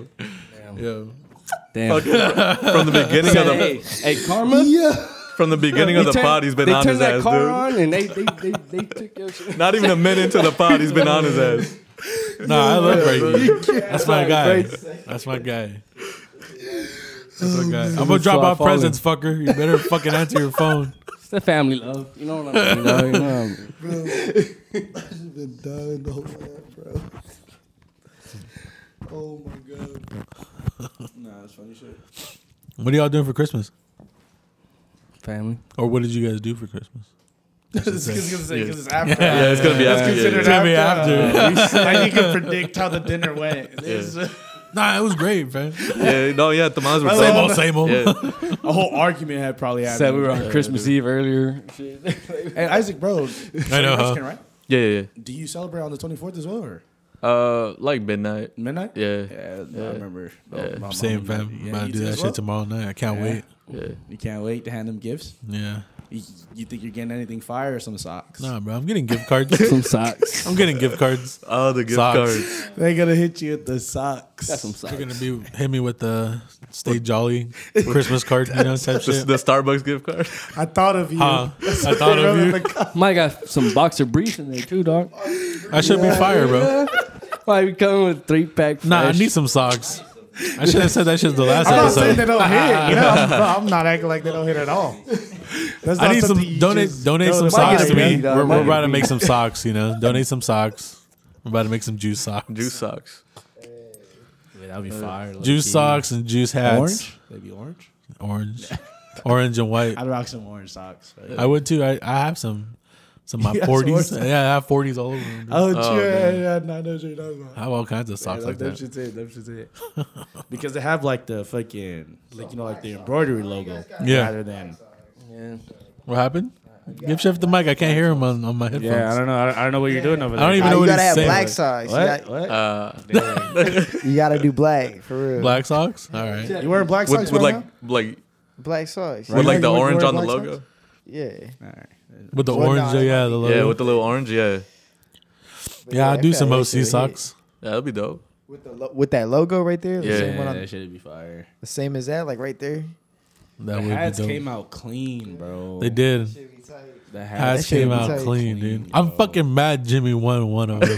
Speaker 5: Damn.
Speaker 6: (laughs)
Speaker 4: From the beginning of the
Speaker 2: (laughs)
Speaker 5: Hey, hey, karma.
Speaker 3: Yeah.
Speaker 4: From the beginning of the pod, he's been
Speaker 5: they
Speaker 4: on his
Speaker 5: turned that
Speaker 4: ass,
Speaker 5: car
Speaker 4: dude.
Speaker 5: on and they they they, they took your shit.
Speaker 4: Not even a minute into the pod, he's been on his ass.
Speaker 2: Nah, I love Brady. That's my guy. Oh, That's my guy. That's my guy. I'm gonna drop
Speaker 5: why I
Speaker 2: out
Speaker 5: fall in.
Speaker 2: presents, fucker. You better fucking answer your phone.
Speaker 5: It's the family love. You know what I mean? dog? You know what I mean?
Speaker 1: been dying the whole life, bro. Oh my god.
Speaker 2: What are y'all doing for Christmas?
Speaker 5: Family.
Speaker 2: Or what did you guys do for Christmas?
Speaker 3: Because it's
Speaker 4: Yeah, it's gonna be after. yeah, yeah.
Speaker 3: considered
Speaker 2: Tell me after.
Speaker 3: (laughs) like you can predict how the dinner went. It's uh,
Speaker 2: Nah, it was great, man.
Speaker 4: Yeah, no, yeah, the moms were
Speaker 2: Same old, same old.
Speaker 4: Yeah.
Speaker 3: A whole argument had probably happened.
Speaker 5: Said we were on uh, Christmas Eve earlier.
Speaker 3: Hey, Isaac,
Speaker 2: I
Speaker 3: bro,
Speaker 2: know.
Speaker 3: Mexican,
Speaker 2: Huh?
Speaker 3: right?
Speaker 4: Yeah, yeah,
Speaker 3: Do you celebrate on the 24th as well or
Speaker 4: yeah. Uh, like midnight.
Speaker 3: midnight?
Speaker 4: Yeah,
Speaker 3: Yeah, I remember. Oh,
Speaker 4: Yeah.
Speaker 3: My
Speaker 2: Same,
Speaker 3: mom-
Speaker 2: fam.
Speaker 3: yeah,
Speaker 2: About to
Speaker 3: you
Speaker 2: do
Speaker 3: too
Speaker 2: that
Speaker 3: as
Speaker 2: shit
Speaker 3: well?
Speaker 2: tomorrow night. I can't
Speaker 3: Yeah.
Speaker 2: wait.
Speaker 4: yeah.
Speaker 3: You can't wait to hand them gifts.
Speaker 2: Yeah.
Speaker 3: You, you think you're getting anything fire or some socks?
Speaker 2: Nah, bro. I'm getting gift cards.
Speaker 6: (laughs)
Speaker 5: Some socks.
Speaker 2: I'm getting gift cards.
Speaker 4: Oh, the gift
Speaker 2: Socks.
Speaker 4: cards.
Speaker 3: They're gonna hit you with the socks.
Speaker 5: Got some socks.
Speaker 2: They're gonna be hit me with the stay jolly Christmas card, you know, type
Speaker 4: The,
Speaker 2: shit.
Speaker 4: the Starbucks gift card. (laughs)
Speaker 3: I thought of you.
Speaker 2: Huh. I thought of you.
Speaker 5: Might got some boxer briefs in there too, dog.
Speaker 2: I should be fire, bro.
Speaker 5: Might be coming with three pack.
Speaker 2: Nah, I
Speaker 5: fresh.
Speaker 2: need some socks. I should have said that shit's the last
Speaker 1: I'm not saying
Speaker 2: episode.
Speaker 1: they don't hit. You know, I'm, no, I'm not acting like they don't hit at all. That's
Speaker 2: (laughs) I
Speaker 1: not
Speaker 2: need
Speaker 1: something
Speaker 2: some
Speaker 1: you
Speaker 2: donate
Speaker 1: just-
Speaker 2: donate some
Speaker 1: it might
Speaker 2: socks
Speaker 1: get
Speaker 2: to me.
Speaker 1: beat,
Speaker 6: dog.
Speaker 2: We're,
Speaker 6: It might
Speaker 2: we're
Speaker 6: get
Speaker 2: about to make some socks, you know. Donate some socks. We're about to make some juice socks.
Speaker 4: Juice socks.
Speaker 8: Yeah, that'd be fire.
Speaker 2: Juice socks and juice hats.
Speaker 3: Orange? Maybe orange.
Speaker 2: Orange. Orange and
Speaker 3: (laughs)
Speaker 2: white.
Speaker 3: I'd rock some orange socks.
Speaker 2: I would too. I, I have some some of my
Speaker 3: You got some
Speaker 2: forties.
Speaker 3: orange-
Speaker 2: Yeah, I have forties all over. them, dude.
Speaker 3: Oh,
Speaker 4: Oh,
Speaker 3: yeah,
Speaker 4: man.
Speaker 3: yeah, no, that's what you're talking about.
Speaker 2: I have all kinds of socks
Speaker 3: Yeah,
Speaker 2: like
Speaker 3: them
Speaker 2: that.
Speaker 3: shit's it, them shit's it. because they have like the fucking, like you know, like the embroidery logo.
Speaker 2: Yeah.
Speaker 3: Rather than.
Speaker 5: Yeah.
Speaker 2: What happened? Give Chef the mic. I can't hear him on, on my headphones.
Speaker 8: Yeah, I don't know. I don't, I don't know what you're doing over
Speaker 2: I
Speaker 8: there.
Speaker 2: don't even
Speaker 7: Nah,
Speaker 2: know
Speaker 7: you
Speaker 2: what
Speaker 7: gotta
Speaker 2: he's
Speaker 7: have
Speaker 2: saying.
Speaker 7: black socks. You,
Speaker 3: What?
Speaker 7: got,
Speaker 3: What?
Speaker 4: Uh,
Speaker 7: you gotta do black for real.
Speaker 2: Black socks. All right.
Speaker 3: You wearing black socks
Speaker 4: with, with
Speaker 3: right
Speaker 4: like
Speaker 3: now?
Speaker 4: like
Speaker 7: Black socks.
Speaker 4: with like the
Speaker 3: You wear
Speaker 4: orange on the
Speaker 3: black
Speaker 4: logo.
Speaker 7: Yeah.
Speaker 2: With the
Speaker 7: Well,
Speaker 2: orange,
Speaker 7: nah,
Speaker 2: yeah, the
Speaker 4: Yeah,
Speaker 2: logo.
Speaker 4: with the little orange. Yeah,
Speaker 7: But
Speaker 2: yeah, I
Speaker 7: that
Speaker 2: do
Speaker 7: fat
Speaker 2: some
Speaker 7: ass
Speaker 2: OC
Speaker 7: should hit.
Speaker 2: socks.
Speaker 4: yeah, that'd be dope.
Speaker 7: With, the lo- with that logo right there, the,
Speaker 4: Yeah,
Speaker 7: same one on-
Speaker 3: that shit'd be fire.
Speaker 7: the same as that, like right there.
Speaker 2: That
Speaker 3: The
Speaker 2: would
Speaker 3: hats
Speaker 2: be
Speaker 3: came
Speaker 2: dope.
Speaker 3: out clean, bro.
Speaker 2: They did.
Speaker 3: The
Speaker 2: Hats
Speaker 7: That shit
Speaker 2: came
Speaker 7: was
Speaker 2: out
Speaker 7: tight.
Speaker 2: clean, dude.
Speaker 3: Clean,
Speaker 2: I'm
Speaker 3: bro.
Speaker 2: fucking mad Jimmy won one of them.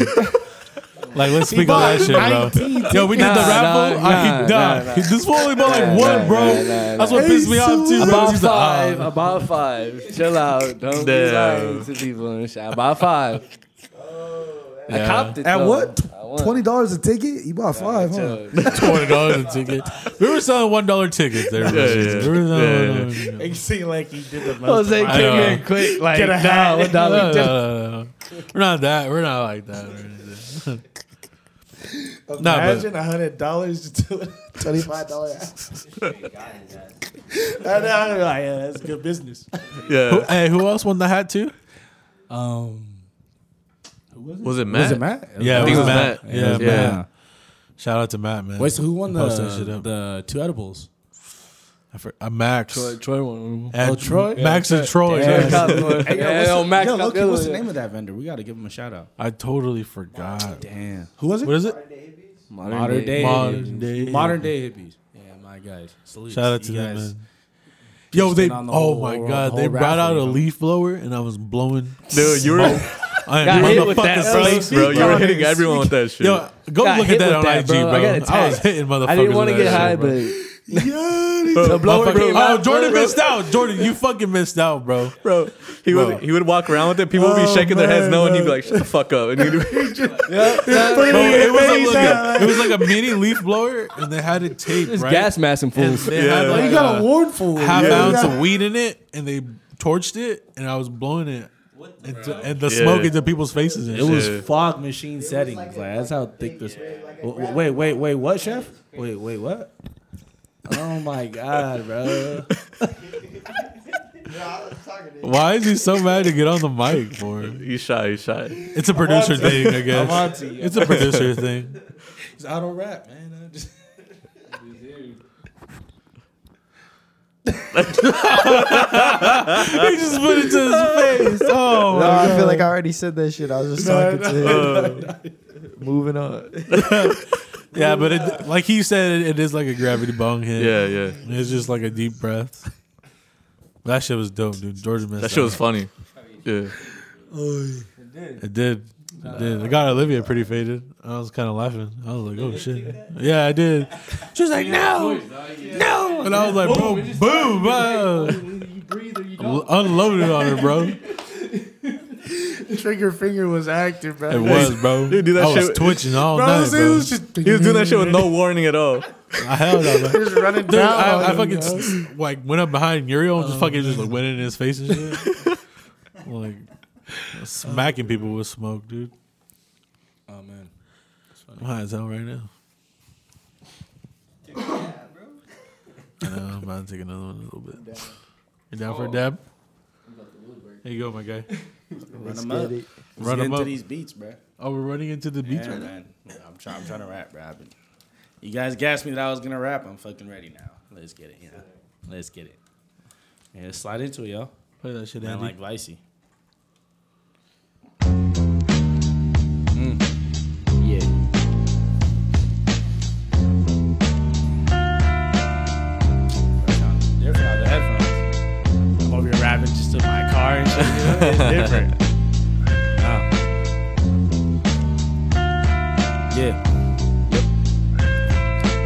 Speaker 2: Like let's speak on that shit, bro. Yo, we did the
Speaker 5: Nah,
Speaker 2: raffle.
Speaker 5: nah,
Speaker 2: I
Speaker 5: nah,
Speaker 2: he died.
Speaker 5: nah,
Speaker 2: He- This fool only bought like one, bro. That's what pissed me off too, bro.
Speaker 5: About
Speaker 2: He's like, ah.
Speaker 5: five. About five. Chill out. Don't be
Speaker 4: Damn.
Speaker 5: lying to people and shit. About five. I
Speaker 2: Yeah.
Speaker 5: copped it.
Speaker 1: At
Speaker 5: though.
Speaker 1: what?
Speaker 5: I won.
Speaker 1: Twenty dollars a ticket? You bought five, huh?
Speaker 5: Chill.
Speaker 2: twenty dollars a ticket. We were selling one dollar tickets. There,
Speaker 4: Yeah,
Speaker 2: We
Speaker 4: yeah.
Speaker 2: were selling
Speaker 4: Yeah, yeah.
Speaker 2: $1 tickets.
Speaker 3: It seemed like he did the most.
Speaker 5: Jose
Speaker 2: I
Speaker 5: came
Speaker 2: know.
Speaker 5: in quick. Like,
Speaker 3: Get a hat.
Speaker 5: nah, what
Speaker 2: No,
Speaker 5: dollar?
Speaker 2: no, no, no, no. We're not that. We're not like that. We're just- Nah, but-
Speaker 3: Imagine a hundred dollars to (laughs) it.
Speaker 7: Twenty-five dollars.
Speaker 1: (laughs)
Speaker 3: I know, I know, like, yeah, that's good business.
Speaker 2: Who-
Speaker 4: Yeah,
Speaker 2: hey, who else won the hat too?
Speaker 3: Um,
Speaker 4: was it Matt? Was it
Speaker 3: Matt?
Speaker 2: Yeah,
Speaker 4: I
Speaker 2: it was
Speaker 4: think it was
Speaker 2: Matt.
Speaker 4: Matt.
Speaker 2: Yeah,
Speaker 4: was
Speaker 2: Matt.
Speaker 4: Matt.
Speaker 2: Shout out to Matt, man.
Speaker 8: Wait, so who won the
Speaker 2: Post that shit up.
Speaker 8: the two edibles?
Speaker 2: I for, uh, Max.
Speaker 5: Troy, Troy won.
Speaker 2: And
Speaker 3: Oh, Troy?
Speaker 2: Max and Troy.
Speaker 5: Troy
Speaker 2: yes.
Speaker 5: copped one. Yeah, oh, Max
Speaker 3: yo,
Speaker 5: copped
Speaker 3: Loki,
Speaker 5: the other
Speaker 3: what's the
Speaker 5: one.
Speaker 3: name of that vendor? We got to give him a shout out.
Speaker 2: I totally forgot.
Speaker 3: Damn. Who was it?
Speaker 2: What is it?
Speaker 5: Modern,
Speaker 3: Modern day.
Speaker 2: Modern
Speaker 3: hippies.
Speaker 2: day.
Speaker 3: Modern day hippies. Yeah, my guys. Salute.
Speaker 2: Shout out to
Speaker 3: you
Speaker 2: them,
Speaker 3: guys.
Speaker 2: man. Yo, they.
Speaker 3: been on the
Speaker 2: oh
Speaker 3: whole-
Speaker 2: my
Speaker 3: whole-
Speaker 2: god, they
Speaker 3: whole
Speaker 2: brought out a
Speaker 3: raffle, you know.
Speaker 2: leaf blower, and I was blowing. (laughs)
Speaker 4: Dude, you were (laughs)
Speaker 2: I am
Speaker 5: Got hit with that
Speaker 2: motherfucking
Speaker 5: LSD.
Speaker 2: slave.
Speaker 4: bro, you were hitting everyone with that shit.
Speaker 2: Yo, go
Speaker 5: Got
Speaker 2: look
Speaker 5: hit
Speaker 2: at that
Speaker 5: with
Speaker 2: on
Speaker 5: that,
Speaker 2: IG,
Speaker 5: bro.
Speaker 2: bro.
Speaker 5: I
Speaker 2: I,
Speaker 5: got
Speaker 2: was
Speaker 5: attacked.
Speaker 2: hitting motherfuckers.
Speaker 5: I didn't want to
Speaker 2: with that
Speaker 5: get
Speaker 2: shit,
Speaker 5: high,
Speaker 2: bro. (laughs)
Speaker 5: but
Speaker 4: bro,
Speaker 5: blower
Speaker 4: motherfucker-
Speaker 5: came
Speaker 2: Oh,
Speaker 5: out
Speaker 2: Jordan
Speaker 5: blowing.
Speaker 2: missed out. Jordan, you fucking missed out, bro.
Speaker 4: bro. He
Speaker 2: Bro.
Speaker 4: would he would walk around with it. People would be
Speaker 3: Oh,
Speaker 4: shaking their heads
Speaker 3: man,
Speaker 4: no, and he'd be
Speaker 3: bro.
Speaker 4: like, "Shut the fuck up." And he'd be,
Speaker 2: Bro, it, was
Speaker 3: amazing.
Speaker 2: like a, it was like a mini leaf blower, and they had it taped,
Speaker 5: It's
Speaker 2: right?
Speaker 5: gas masking
Speaker 2: And
Speaker 5: fools.
Speaker 2: they had
Speaker 4: Yeah.
Speaker 2: like
Speaker 4: You
Speaker 2: a
Speaker 3: got a warn for it.
Speaker 2: half
Speaker 3: Yeah,
Speaker 2: ounce
Speaker 3: yeah.
Speaker 2: of weed in it, and they torched it, and I was blowing it, and, to- and the
Speaker 4: Yeah.
Speaker 2: smoke into people's faces. And
Speaker 3: It was
Speaker 4: Shit.
Speaker 3: fog machine settings. Like, that's how thick this. W- wait, wait, wait. What, chef? Wait, wait, what? Oh my god, bro!
Speaker 2: Why is he so mad to get on the mic for?
Speaker 4: he's shy. He's shy.
Speaker 2: It's a producer thing, I guess.
Speaker 3: Monty, yo.
Speaker 2: It's a producer thing.
Speaker 3: it's auto rap, man. (laughs) I
Speaker 8: (laughs)
Speaker 3: just-
Speaker 2: He just put it to his face. Oh,
Speaker 7: No, I feel like I already said that shit. I was just talking to him. Moving on.
Speaker 2: yeah, but it, like he said, it, it is like a gravity bong hit.
Speaker 4: Yeah, yeah.
Speaker 2: It's just like a deep breath. That shit was dope, dude. Georgia missed
Speaker 4: That shit was funny. Yeah.
Speaker 2: It did. It did. I got Olivia pretty faded. I was kind of laughing. I was like, oh shit. Yeah, I did. She was like, no, no. And I was like, bro, boom, bro. Unloaded on her, bro.
Speaker 3: Trigger finger was
Speaker 2: (laughs)
Speaker 3: active, bro.
Speaker 2: It was, bro.
Speaker 4: Dude, do that
Speaker 2: I was
Speaker 4: shit-
Speaker 2: twitching all
Speaker 3: Bro,
Speaker 2: night,
Speaker 3: it
Speaker 2: bro.
Speaker 3: was just
Speaker 4: He was doing that shit with no warning at all.
Speaker 2: I held up.
Speaker 3: he was
Speaker 2: (laughs)
Speaker 3: running
Speaker 2: Dude,
Speaker 3: down. on
Speaker 2: I, I
Speaker 3: him,
Speaker 2: fucking
Speaker 3: bro.
Speaker 2: s- like went up behind Uriel and just fucking just like went in his face and shit. (laughs) like smacking people with smoke, dude.
Speaker 9: Oh man.
Speaker 2: I'm high as hell right now. (laughs) I know, I'm about to take another one in a little bit. You down
Speaker 8: Oh.
Speaker 2: for a dab? There you go, my
Speaker 8: (laughs)
Speaker 2: guy.
Speaker 7: Let's
Speaker 8: them
Speaker 7: get
Speaker 8: up.
Speaker 7: it.
Speaker 8: Let's
Speaker 2: Run
Speaker 8: get
Speaker 2: them
Speaker 8: into
Speaker 2: up.
Speaker 8: these beats, bro.
Speaker 2: Oh, we're running into the beach.
Speaker 8: Yeah,
Speaker 2: right now?
Speaker 8: man. I'm trying. I'm trying to rap, bro. I've been- You guys gassed me that I was gonna rap. I'm fucking ready now. Let's get it. You know? Let's get it. Yeah, let's slide into it, y'all.
Speaker 2: Play that shit,
Speaker 8: Man,
Speaker 2: Andy.
Speaker 8: like Vicey.
Speaker 7: Yeah.
Speaker 8: Sounds Different out the headphones. I'm over here rapping just to my car and shit. you know? It's different. Wow. Yeah. Yep.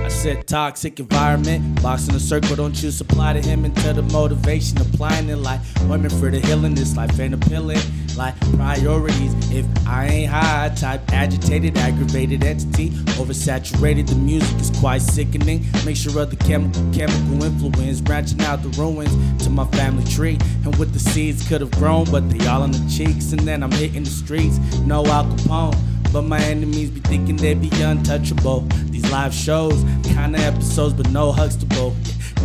Speaker 8: I said toxic environment, box in a circle, don't you supply to him until the motivation applying it like women for the healing. This life ain't appealing, like priorities. If I ain't high, type agitated, aggravated entity, oversaturated. The music is quite sickening. Make sure of the chemical, chemical influence, branching out the ruins to my family tree. And with the seeds could have grown, but they all in the cheeks. And then I'm hitting the streets, no Al Capone. But my enemies be thinking they be untouchable. These live shows, kinda episodes, but no Huxtable.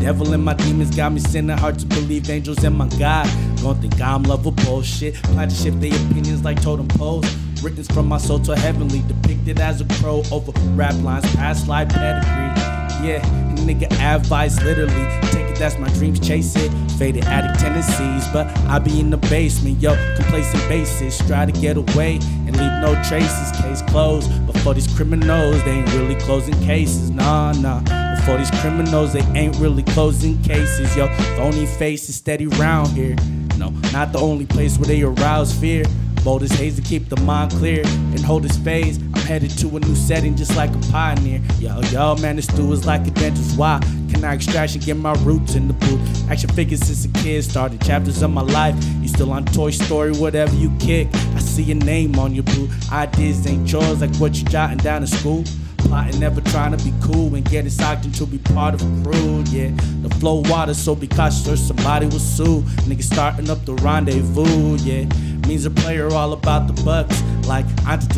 Speaker 8: Devil and my demons got me sinning hard to believe angels and my God. Don't think I'm lovable. Shit, plan to shift their opinions like totem poles. Written from my soul to heavenly, depicted as a pro over rap lines, past life pedigree. Yeah, nigga advice literally. Take it, that's my dreams, chase it. Faded addict tendencies, but I be in the basement, yo. Complacent basis, try to get away and leave no traces. Case closed, but for these criminals, they ain't really closing cases. Nah, nah. But for these criminals, they ain't really closing cases, yo. The only face is steady round here. No, not the only place where they arouse fear. Bold as haze to keep the mind clear and hold his phase. I'm headed to a new setting just like a pioneer. Yo, yo, man, this dude is like adventures. Why can I extraction get my roots in the booth? Action figures since a kid started chapters of my life. You still on Toy Story, whatever you kick. I see your name on your boot. Ideas ain't yours like what you jotting down in school. Plotting, never trying to be cool and getting socked into be part of a crew. Yeah, the flow water, so be cautious or somebody will sue. Niggas starting up the rendezvous. Yeah, means a player all about the bucks, like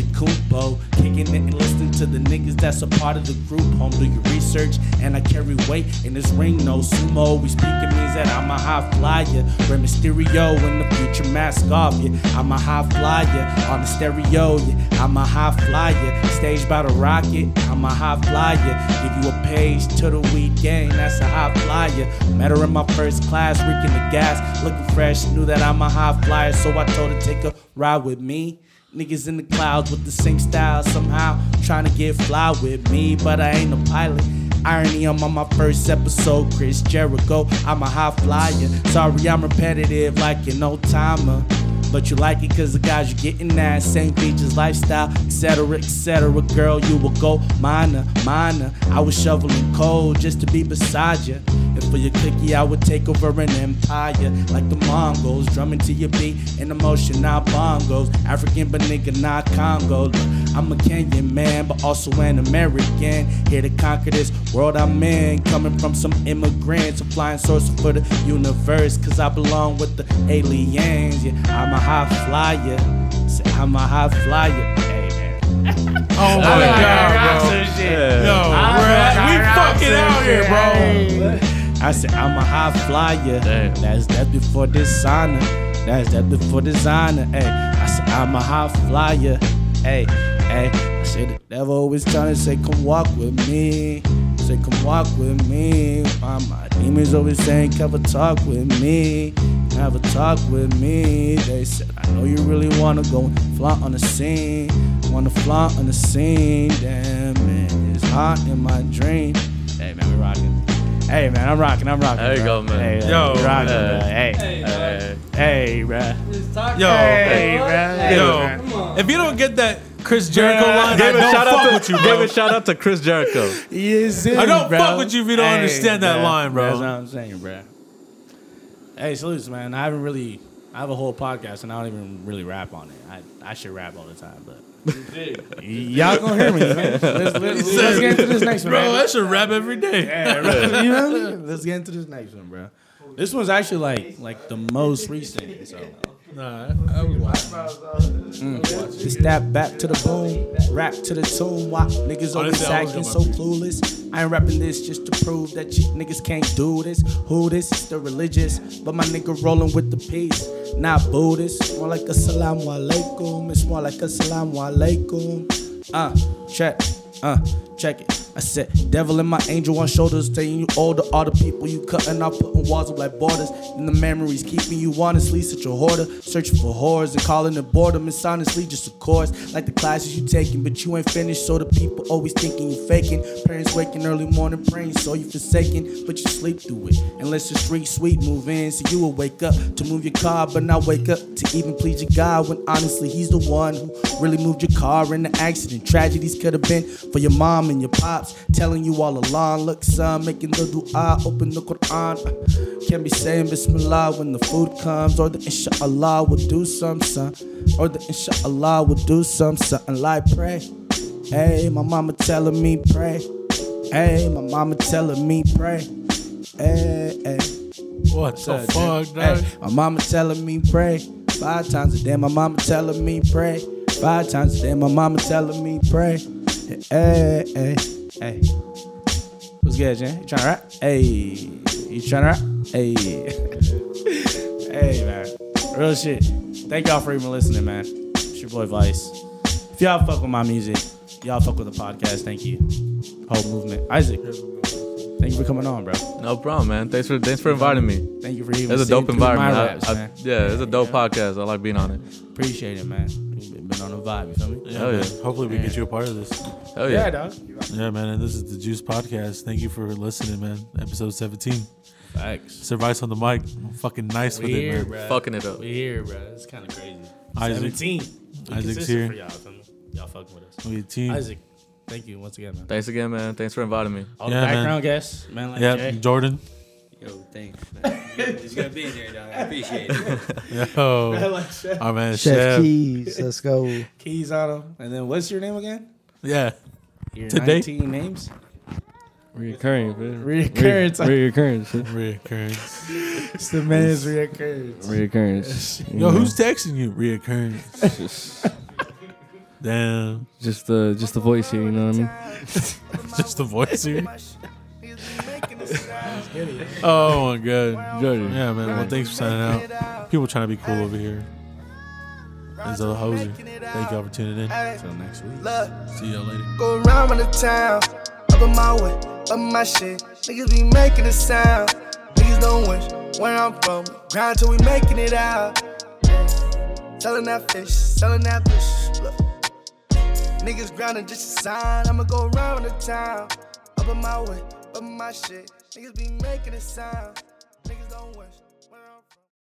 Speaker 8: Antetokounmpo, kicking it and listening to the niggas that's a part of the group. Home do your research, and I carry weight in this ring. No sumo, we speaking means that I'm a high flyer. Rey Mysterio in the future, mask off. Yeah, I'm a high flyer on the stereo. Yeah, I'm a high flyer, staged by the rocket. I'm a high flyer. Give you a page to the weed game. That's a high flyer. Met her in my first class, reeking the gas, looking fresh. Knew that I'm a high flyer, so I told her take a ride with me. Niggas in the clouds with the same style, somehow trying to get fly with me, but I ain't a pilot. Irony, I'm on my first episode, Chris Jericho. I'm a high flyer. Sorry, I'm repetitive like an old timer. But you like it cause the guys you're getting that same features, lifestyle, etc., etc. Girl, you will go minor, minor. I was shoveling coal just to be beside you. And for your cookie, I would take over an empire. Like the Mongols, drumming to your beat and emotion, not bongos. African, but nigga, not Congo. Look, I'm a Kenyan man, but also an American. Here to conquer this world I'm in. Coming from some immigrants, a flying source for the universe. Cause I belong with the aliens. Yeah, I'm a high flyer. Say, I'm a high flyer. Hey, man.
Speaker 2: Oh my god, bro. Yo, we fucking out here, bro.
Speaker 8: I said I'm a high flyer.
Speaker 4: Damn.
Speaker 8: That's that before designer. That's that before designer. Hey, I said I'm a high flyer. Hey, hey. I said the devil always trying to say come walk with me. Say come walk with me. Why my demons always saying have a talk with me. Have a talk with me. They said I know you really wanna go and flaunt on the scene. Wanna flaunt on the scene. Damn man, it's hot in my dream. Hey man, we rocking. Hey man, I'm rocking. I'm rocking.
Speaker 4: There you
Speaker 8: bro.
Speaker 4: go, man.
Speaker 8: Hey,
Speaker 2: Yo,
Speaker 8: I'm rocking,
Speaker 4: man.
Speaker 8: bro. Hey,
Speaker 4: Hey,
Speaker 8: hey, bro.
Speaker 2: Yo,
Speaker 8: Hey, bro.
Speaker 2: yo. If you don't get that Chris Jericho
Speaker 8: Bruh.
Speaker 2: line, I
Speaker 4: Give a
Speaker 2: don't
Speaker 4: shout
Speaker 2: fuck
Speaker 4: out
Speaker 2: with
Speaker 4: to
Speaker 2: you,
Speaker 4: give
Speaker 2: bro.
Speaker 4: a shout out to Chris Jericho.
Speaker 8: Yes,
Speaker 2: I don't fuck with you if you don't understand that line, bro.
Speaker 8: That's what I'm saying, bro. Hey, salutes, man. I haven't really. I have a whole podcast and I don't even really rap on it. I, I should rap all the time, but y'all gonna hear me. Man. Let's, let's, let's get into this next one,
Speaker 2: Bro,
Speaker 8: man.
Speaker 2: that's a rap every day.
Speaker 8: Yeah, right. You know what I mean? Let's get into this next one, bro. This one's actually like like the most recent. So
Speaker 2: Nah, I would watch.
Speaker 8: Just snap back to the boom, rap to the tune. Why niggas always
Speaker 2: Honestly, Oh, I was
Speaker 8: acting so
Speaker 2: gonna-
Speaker 8: clueless? I ain't rapping this just to prove that you niggas can't do this. Who this? It's the religious, but my nigga rolling with the peace. Not Buddhist, more like a salam alaikum. It's more like a salam alaikum. Uh, check, uh, check it. I said, devil and my angel on shoulders, taking you older. All the people you cutting off, putting walls up like borders. And the memories keeping you honestly such a hoarder. Searching for horrors and calling it boredom. It's honestly just a course, like the classes you taking, but you ain't finished. So the people always thinking you faking. Parents waking early morning praying, so you forsaken, but you sleep through it. Unless the street sweet move in, so you will wake up to move your car, but not wake up to even please your God. When honestly, he's the one who really moved your car in the accident. Tragedies could have been for your mom and your pops, telling you all along. Look, son, making the dua, open the Quran. Can't be saying Bismillah when the food comes, or the Inshallah will do some, son, or the Inshallah will do some, son. Like pray, hey, my mama telling me pray, hey, my mama telling me pray, hey, hey.
Speaker 2: What the
Speaker 8: Sad,
Speaker 2: fuck, dog?
Speaker 8: Hey, my mama telling me pray five times a day. My mama telling me pray five times a day. My mama telling me pray. Hey, hey, hey. What's good, Jen? You trying to rap? Hey, you trying to rap? Hey, (laughs) hey, man. Real shit. Thank y'all for even listening, man. It's your boy Vice. If y'all fuck with my music, y'all fuck with the podcast. Thank you. Whole movement, Isaac. Thank you for coming on, bro.
Speaker 4: No problem, man. Thanks for thanks for inviting me.
Speaker 8: Thank you for even.
Speaker 4: It's a
Speaker 8: sitting
Speaker 4: dope
Speaker 8: through my
Speaker 4: environment. I-
Speaker 8: raps,
Speaker 4: I-
Speaker 8: man.
Speaker 4: yeah, it's a dope podcast. I like being on it.
Speaker 8: Appreciate it, man. We've Been on a vibe, you feel me?
Speaker 4: Hell yeah.
Speaker 2: Hopefully we get you a part of this.
Speaker 4: Hell yeah.
Speaker 8: dog.
Speaker 2: Yeah, man. And this is the Juice Podcast. Thank you for listening, man. Episode 17.
Speaker 8: Thanks.
Speaker 2: Survice on the mic. I'm fucking nice with it, man.
Speaker 8: bro.
Speaker 4: Fucking it up.
Speaker 8: We here, bro. It's kind of crazy.
Speaker 2: Isaac.
Speaker 8: Seventeen. We
Speaker 2: Isaac's
Speaker 8: consistent
Speaker 2: here. Mm.
Speaker 8: For y'all, feel me? y'all fucking with us.
Speaker 2: We a team.
Speaker 8: Isaac, thank you once again, man.
Speaker 4: Thanks again, man. Thanks for inviting me.
Speaker 8: All
Speaker 2: Yeah,
Speaker 8: the
Speaker 2: man.
Speaker 8: background guests, man. Like
Speaker 2: Yeah,
Speaker 8: Jay.
Speaker 2: Jordan.
Speaker 6: Yo, thanks. Man. It's good being here, dog. I appreciate
Speaker 2: (laughs)
Speaker 6: it.
Speaker 2: Yo.
Speaker 8: like Chef
Speaker 2: Our man,
Speaker 7: Chef,
Speaker 2: Chef.
Speaker 7: Keys, let's go.
Speaker 8: Keys on them. And then what's your name again?
Speaker 2: Yeah.
Speaker 8: Your
Speaker 2: Today.
Speaker 8: 19 names.
Speaker 5: (laughs) Reoccurring. man.
Speaker 8: Reoccurrence.
Speaker 5: Re- reoccurrence.
Speaker 2: Reoccurrence.
Speaker 8: It's the man's reoccurrence.
Speaker 5: Reoccurrence. You
Speaker 2: Yo,
Speaker 5: know,
Speaker 2: who's texting you? Reoccurrence. Damn.
Speaker 5: just the just the voice here? You know what I mean?
Speaker 2: Just the voice here. Oh my god.
Speaker 5: Jordan.
Speaker 2: Yeah, man. Well, thanks for signing out. People trying to be cool over here. It's a hoser. Thank y'all for tuning in.
Speaker 8: Till next week.
Speaker 1: Look,
Speaker 2: See y'all later.
Speaker 1: go around with the town. Up in my way, up my shit. Niggas be making a sound. Niggas don't wish where I'm from. Grind till we making it out. Selling that fish, selling that fish. Look. Niggas grinding just a sign. I'ma go around with the town. Up in my way, up my shit. Niggas be making a sound. Niggas don't wish.